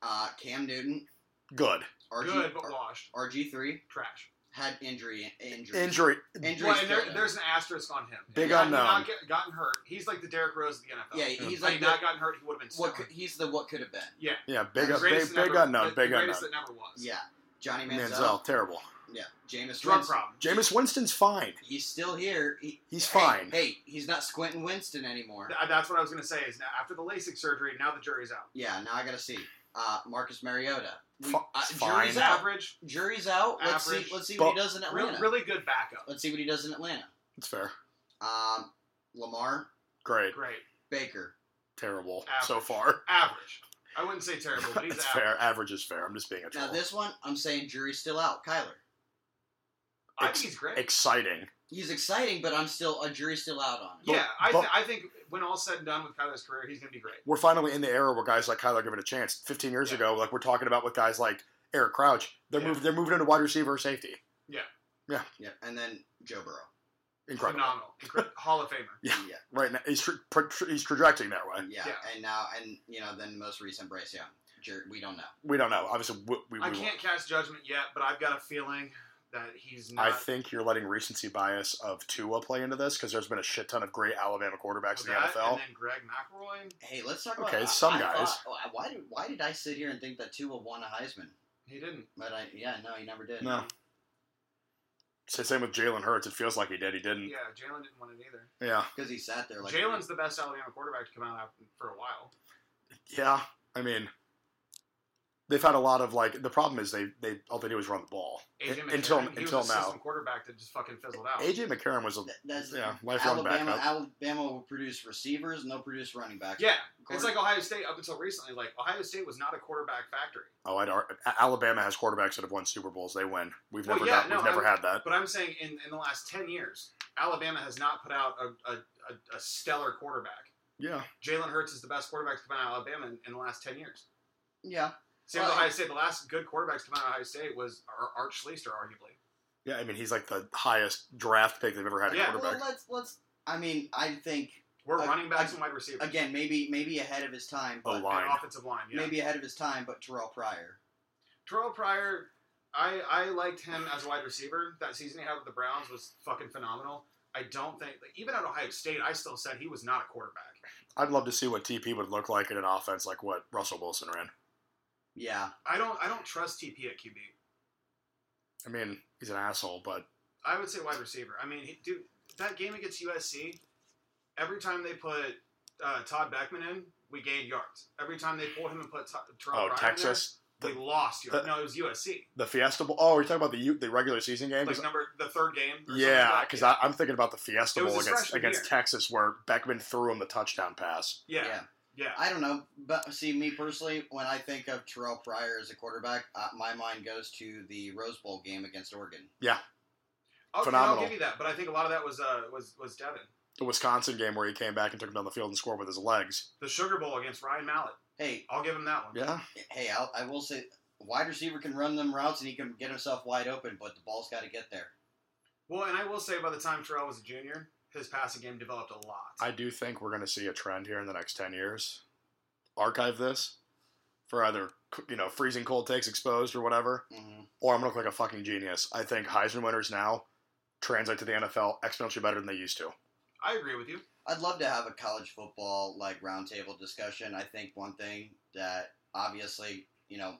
Speaker 5: Uh, Cam Newton.
Speaker 4: Good.
Speaker 5: RG,
Speaker 3: Good, but washed.
Speaker 5: RG3.
Speaker 3: Trash.
Speaker 5: Had injury. Injury.
Speaker 4: Injury.
Speaker 5: Injuries
Speaker 3: Well, and there,
Speaker 5: killed him.
Speaker 3: there's an asterisk on him.
Speaker 4: Big
Speaker 3: had he
Speaker 4: unknown.
Speaker 3: Not get, gotten hurt. He's like the Derrick Rose of the NFL.
Speaker 5: yeah, he's
Speaker 3: Had
Speaker 5: like
Speaker 3: he
Speaker 5: the,
Speaker 3: not gotten hurt, he would have been.
Speaker 5: what
Speaker 3: stellar.
Speaker 5: could, he's the what could have been.
Speaker 3: yeah.
Speaker 4: Yeah. Big.
Speaker 3: The
Speaker 4: Big.
Speaker 3: greatest that
Speaker 4: Big
Speaker 3: never-
Speaker 4: unknown.
Speaker 3: the-
Speaker 4: Big
Speaker 3: the
Speaker 4: unknown.
Speaker 3: greatest that never was.
Speaker 5: Yeah. Johnny Manziel.
Speaker 4: Manziel. Terrible.
Speaker 5: Yeah. Jameis
Speaker 3: Drug
Speaker 5: Winston.
Speaker 3: problem.
Speaker 4: Jameis Winston's fine.
Speaker 5: He's still here. He-
Speaker 4: He's
Speaker 5: hey,
Speaker 4: fine.
Speaker 5: Hey, he's not squinting Winston anymore.
Speaker 3: Th- That's what I was gonna say. Is now after the LASIK surgery, now the jury's out.
Speaker 5: Yeah, now I gotta see. Uh, Marcus Mariota. We-
Speaker 4: Fi-
Speaker 5: uh,
Speaker 4: fine.
Speaker 5: jury's
Speaker 3: He's
Speaker 5: out.
Speaker 3: average.
Speaker 5: Jury's out. Let's see.
Speaker 3: Average.
Speaker 5: Let's see
Speaker 4: But-
Speaker 5: what he does in Atlanta.
Speaker 3: Really, really good backup.
Speaker 5: Let's see what he does in Atlanta.
Speaker 4: It's fair.
Speaker 5: Um, Lamar
Speaker 4: Great.
Speaker 3: Great.
Speaker 5: Baker.
Speaker 4: Terrible
Speaker 3: Average.
Speaker 4: so far.
Speaker 3: Average. I wouldn't say terrible, but he's
Speaker 4: That's
Speaker 3: average.
Speaker 4: fair. Average is fair. I'm just being a
Speaker 5: Now
Speaker 4: troll.
Speaker 5: this one, I'm saying jury's still out. Kyler.
Speaker 3: I
Speaker 4: Ex-
Speaker 3: think he's great.
Speaker 4: Exciting.
Speaker 5: He's exciting, but I'm still a jury's still out on. him.
Speaker 3: yeah, I,
Speaker 4: but-
Speaker 3: th- I think when all's said and done with Kyler's career, he's gonna be great.
Speaker 4: we're finally in the era where guys like Kyler are given a chance. Fifteen years
Speaker 3: Yeah.
Speaker 4: ago, like we're talking about with guys like Eric Crouch, they're
Speaker 3: Yeah.
Speaker 4: moving they're moving into wide receiver or safety.
Speaker 5: Yeah. And then Joe Burrow.
Speaker 4: Incredible,
Speaker 3: Phenomenal. Incredible. Hall of Famer.
Speaker 4: Yeah.
Speaker 5: Yeah.
Speaker 4: right? Now he's tra- pro- tra- he's trajecting that way.
Speaker 5: Yeah.
Speaker 3: Yeah.
Speaker 5: And now, and you know, then most recent Bryce Young. Jur- we don't know.
Speaker 4: We don't know. Obviously, we, we,
Speaker 3: I
Speaker 4: we-
Speaker 3: can't cast judgment yet, but I've got a feeling that he's not.
Speaker 4: I think you're letting recency bias of Tua play into this because there's been a shit ton of great Alabama quarterbacks in the
Speaker 3: that,
Speaker 4: NFL.
Speaker 3: And then Greg McElroy,
Speaker 5: Hey, let's talk about.
Speaker 4: Okay,
Speaker 5: I-
Speaker 4: some
Speaker 5: I
Speaker 4: guys.
Speaker 5: thought- why did Why did I sit here and think that Tua won a Heisman?
Speaker 3: he didn't.
Speaker 5: But I, yeah, no, he never did.
Speaker 4: no. So same with Jalen Hurts. It feels like he did. He didn't.
Speaker 3: Yeah, Jalen didn't want it either.
Speaker 4: Yeah. Yeah.
Speaker 5: because he sat there like
Speaker 3: Jalen's the best Alabama quarterback to come out after, for a while.
Speaker 4: I mean, they've had a lot of like. The problem is they they all they do is run the ball
Speaker 3: AJ
Speaker 4: Un-
Speaker 3: McCarron,
Speaker 4: until
Speaker 3: he
Speaker 4: until
Speaker 3: was a
Speaker 4: now.
Speaker 3: system quarterback that just fucking fizzled out.
Speaker 4: AJ McCarron was a
Speaker 5: That- That's
Speaker 4: yeah lifelong
Speaker 5: Alabama.
Speaker 4: backup.
Speaker 5: Alabama will produce receivers, and they'll produce running backs.
Speaker 3: yeah, it's
Speaker 5: Quarter-
Speaker 3: like Ohio State up until recently. Like Ohio State was not a quarterback factory.
Speaker 4: Oh, I'd, ar- A- Alabama has quarterbacks that have won Super Bowls. They win. We've
Speaker 3: Well,
Speaker 4: never
Speaker 3: yeah,
Speaker 4: not,
Speaker 3: no,
Speaker 4: we've never
Speaker 3: I'm-
Speaker 4: had that.
Speaker 3: But I'm saying in, in the last ten years, Alabama has not put out a, a, a, a stellar quarterback.
Speaker 4: Yeah,
Speaker 3: Jalen Hurts is the best quarterback to come out of Alabama in, in the last ten years.
Speaker 5: yeah.
Speaker 3: Same with
Speaker 5: Well,
Speaker 3: Ohio State. The last good quarterbacks to come out of Ohio State was Ar- Arch Schleister, arguably.
Speaker 4: yeah. I mean, he's like the highest draft pick they've ever had a
Speaker 3: Yeah.
Speaker 5: Well,
Speaker 4: quarterback.
Speaker 5: let's let's. I mean, I think
Speaker 3: We're
Speaker 5: Uh,
Speaker 3: running backs
Speaker 5: ag-
Speaker 3: and wide receivers.
Speaker 5: again, maybe maybe ahead of his time,
Speaker 4: Oh,
Speaker 5: but
Speaker 4: wow. line.
Speaker 3: And offensive line. Yeah.
Speaker 5: maybe ahead of his time, but Terrell Pryor.
Speaker 3: Terrell Pryor, I I liked him as a wide receiver. That season he had with the Browns was fucking phenomenal. I don't think like, even at Ohio State, I still said he was not a quarterback.
Speaker 4: I'd love to see what TP would look like in an offense like what Russell Wilson ran.
Speaker 5: Yeah,
Speaker 3: I don't I don't trust TP at QB.
Speaker 4: I mean, he's an asshole, but
Speaker 3: I would say wide receiver. I mean, he, dude, that game against USC, every time they put uh, Todd Beckman in, we gained yards. Every time they pulled him and put Todd Terrell
Speaker 4: oh,
Speaker 3: Pryor in there,
Speaker 4: Texas,
Speaker 3: we lost. yards.
Speaker 4: the-
Speaker 3: no, it was USC.
Speaker 4: the Fiesta Bowl. Oh, are you talking about the U- the regular season game? 'Cause-
Speaker 3: Like number the third game. or something
Speaker 4: yeah,
Speaker 3: like that.
Speaker 4: because I'm thinking about the Fiesta
Speaker 3: It was
Speaker 4: Bowl
Speaker 3: his
Speaker 4: against
Speaker 3: freshman
Speaker 4: against
Speaker 3: year.
Speaker 4: Texas where Beckman threw him the touchdown pass.
Speaker 3: yeah, yeah,
Speaker 5: I don't know, but see, me personally, when I think of Terrell Pryor as a quarterback, uh, my mind goes to the Rose Bowl game against Oregon.
Speaker 3: I'll,
Speaker 4: Phenomenal.
Speaker 3: I'll give you that, but I think a lot of that was uh, was was Devin.
Speaker 4: The Wisconsin game where he came back and took him down the field and scored with his legs.
Speaker 3: The Sugar Bowl against Ryan Mallett.
Speaker 5: Hey,
Speaker 3: I'll give him that one.
Speaker 4: Yeah,
Speaker 5: hey, I'll, I will say, wide receiver can run them routes and he can get himself wide open, but the ball's got to get there.
Speaker 3: Well, and I will say, by the time Terrell was a junior, his passing game developed a lot.
Speaker 4: I do think we're going to see a trend here in the next 10 years. Archive this for either, you know, freezing cold takes exposed or whatever,
Speaker 5: hmm
Speaker 4: or I'm going to look like a fucking genius. I think Heisman winners now translate to the NFL exponentially better than they used to.
Speaker 3: I agree with you.
Speaker 5: I'd love to have a college football like roundtable discussion. I think one thing that obviously you know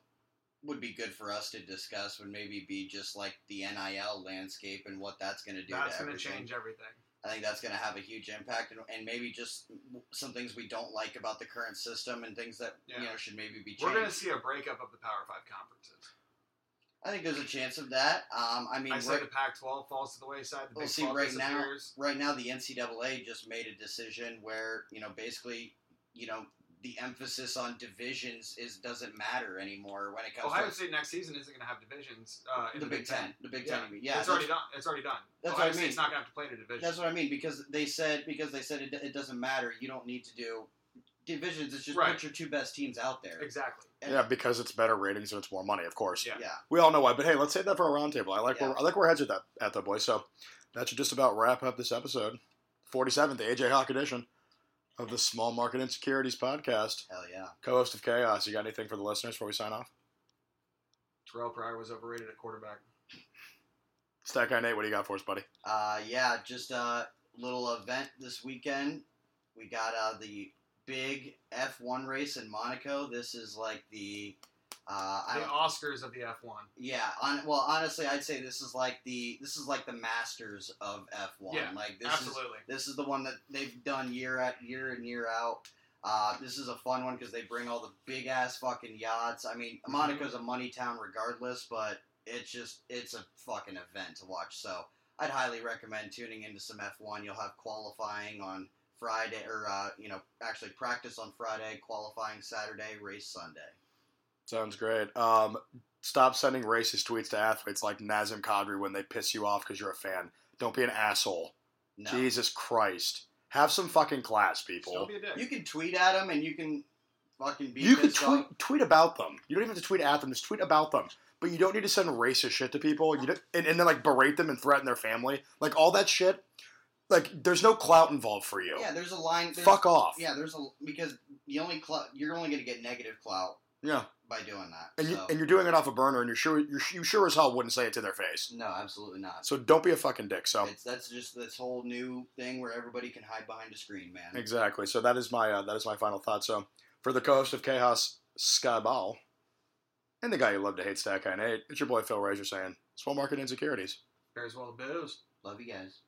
Speaker 5: would be good for us to discuss would maybe be just like the NIL landscape and what that's going to do.
Speaker 3: That's
Speaker 5: to
Speaker 3: going to
Speaker 5: everything.
Speaker 3: change everything.
Speaker 5: I think that's going to have a huge impact, and, and maybe just some things we don't like about the current system, and things that you
Speaker 3: Yeah.
Speaker 5: know should maybe be changed.
Speaker 3: We're going to see a breakup of the Power Five conferences.
Speaker 5: I think there's a chance of that. Um, I mean,
Speaker 3: I say
Speaker 5: right,
Speaker 3: the Pac-12 falls to the wayside. The
Speaker 5: Well,
Speaker 3: Big
Speaker 5: see,
Speaker 3: 12
Speaker 5: right now-
Speaker 3: disappears.
Speaker 5: right now the NCAA just made a decision where you know basically you know the emphasis on divisions is doesn't matter anymore when it comes
Speaker 3: Ohio
Speaker 5: to
Speaker 3: State next season isn't going to have divisions. Uh, in
Speaker 5: the Big Ten. The Big Ten,
Speaker 3: Yeah.
Speaker 5: I mean.
Speaker 3: it's
Speaker 5: yeah, that's-
Speaker 3: already done. It's already done.
Speaker 5: that's
Speaker 3: Ohio
Speaker 5: what I mean.
Speaker 3: State's not going to have to play in a division.
Speaker 5: That's what I mean because they said because they said it, it doesn't matter. You don't need to do divisions. It's just
Speaker 3: Right.
Speaker 5: put your two best teams out there.
Speaker 3: exactly.
Speaker 4: Yeah, because it's better ratings and it's more money, of course.
Speaker 3: Yeah.
Speaker 5: Yeah.
Speaker 4: We all know why, but hey, let's save that for a roundtable. I like
Speaker 5: Yeah.
Speaker 4: where I like where our heads at that at though, boys. So that should just about wrap up this episode, forty seventh, the AJ Hawk edition of the Small Market Insecurities podcast.
Speaker 5: Hell yeah.
Speaker 4: Co-host of Chaos, you got anything for the listeners before we sign off?
Speaker 3: Terrell Pryor was overrated at quarterback.
Speaker 4: Stack Guy Nate, what do you got for us, buddy?
Speaker 5: Uh, yeah, just a little event this weekend. We got uh, the big F1 race in Monaco. This is like the uh, I
Speaker 3: The
Speaker 5: don't-
Speaker 3: Oscars of the F1.
Speaker 5: yeah. On, well, honestly, I'd say this is like the this is like the Masters of F1.
Speaker 3: Yeah,
Speaker 5: like this is
Speaker 3: Absolutely.
Speaker 5: this is the one that they've done year at year and year out. Uh, this is a fun one because they bring all the big ass fucking yachts. I mean,
Speaker 3: Mhm.
Speaker 5: Monaco's a money town regardless, but it's just it's a fucking event to watch. So I'd highly recommend tuning into some F1. You'll have qualifying on Friday, or uh, you know, actually practice on Friday, qualifying Saturday, race Sunday.
Speaker 4: Sounds great. Um, stop sending racist tweets to athletes like Nazim Kadri when they piss you off because you're a fan. Don't be an asshole.
Speaker 5: No.
Speaker 4: Jesus Christ. Have some fucking class,
Speaker 3: Still
Speaker 4: people.
Speaker 3: be a dick.
Speaker 5: You can tweet at them and you can fucking be
Speaker 4: You could
Speaker 5: pissed off.
Speaker 4: tweet, tweet about them. You don't even have to tweet at them. Just tweet about them. But you don't need to send racist shit to people. You don't, and, and then like berate them and threaten their family. Like all that shit. Like there's no clout involved for you.
Speaker 5: Yeah, there's a line. There's,
Speaker 4: Fuck off.
Speaker 5: Yeah, there's a because the only clout you're only gonna get negative clout
Speaker 4: Yeah.
Speaker 5: by doing that.
Speaker 4: And, you,
Speaker 5: so.
Speaker 4: and you're doing it off a burner, and you're sure you're, you sure as hell wouldn't say it to their face.
Speaker 5: no, absolutely not.
Speaker 4: So don't be a fucking dick. So
Speaker 5: It's that's just this whole new thing where everybody can hide behind a screen, man.
Speaker 4: Exactly. So that is my uh, that is my final thought. So for the co-host of Chaos, Skyball, and the guy you love to hate, Stack High Nate, it's your boy Phil Razor saying, "Small market insecurities."
Speaker 3: Bears well the booze.
Speaker 5: Love you guys.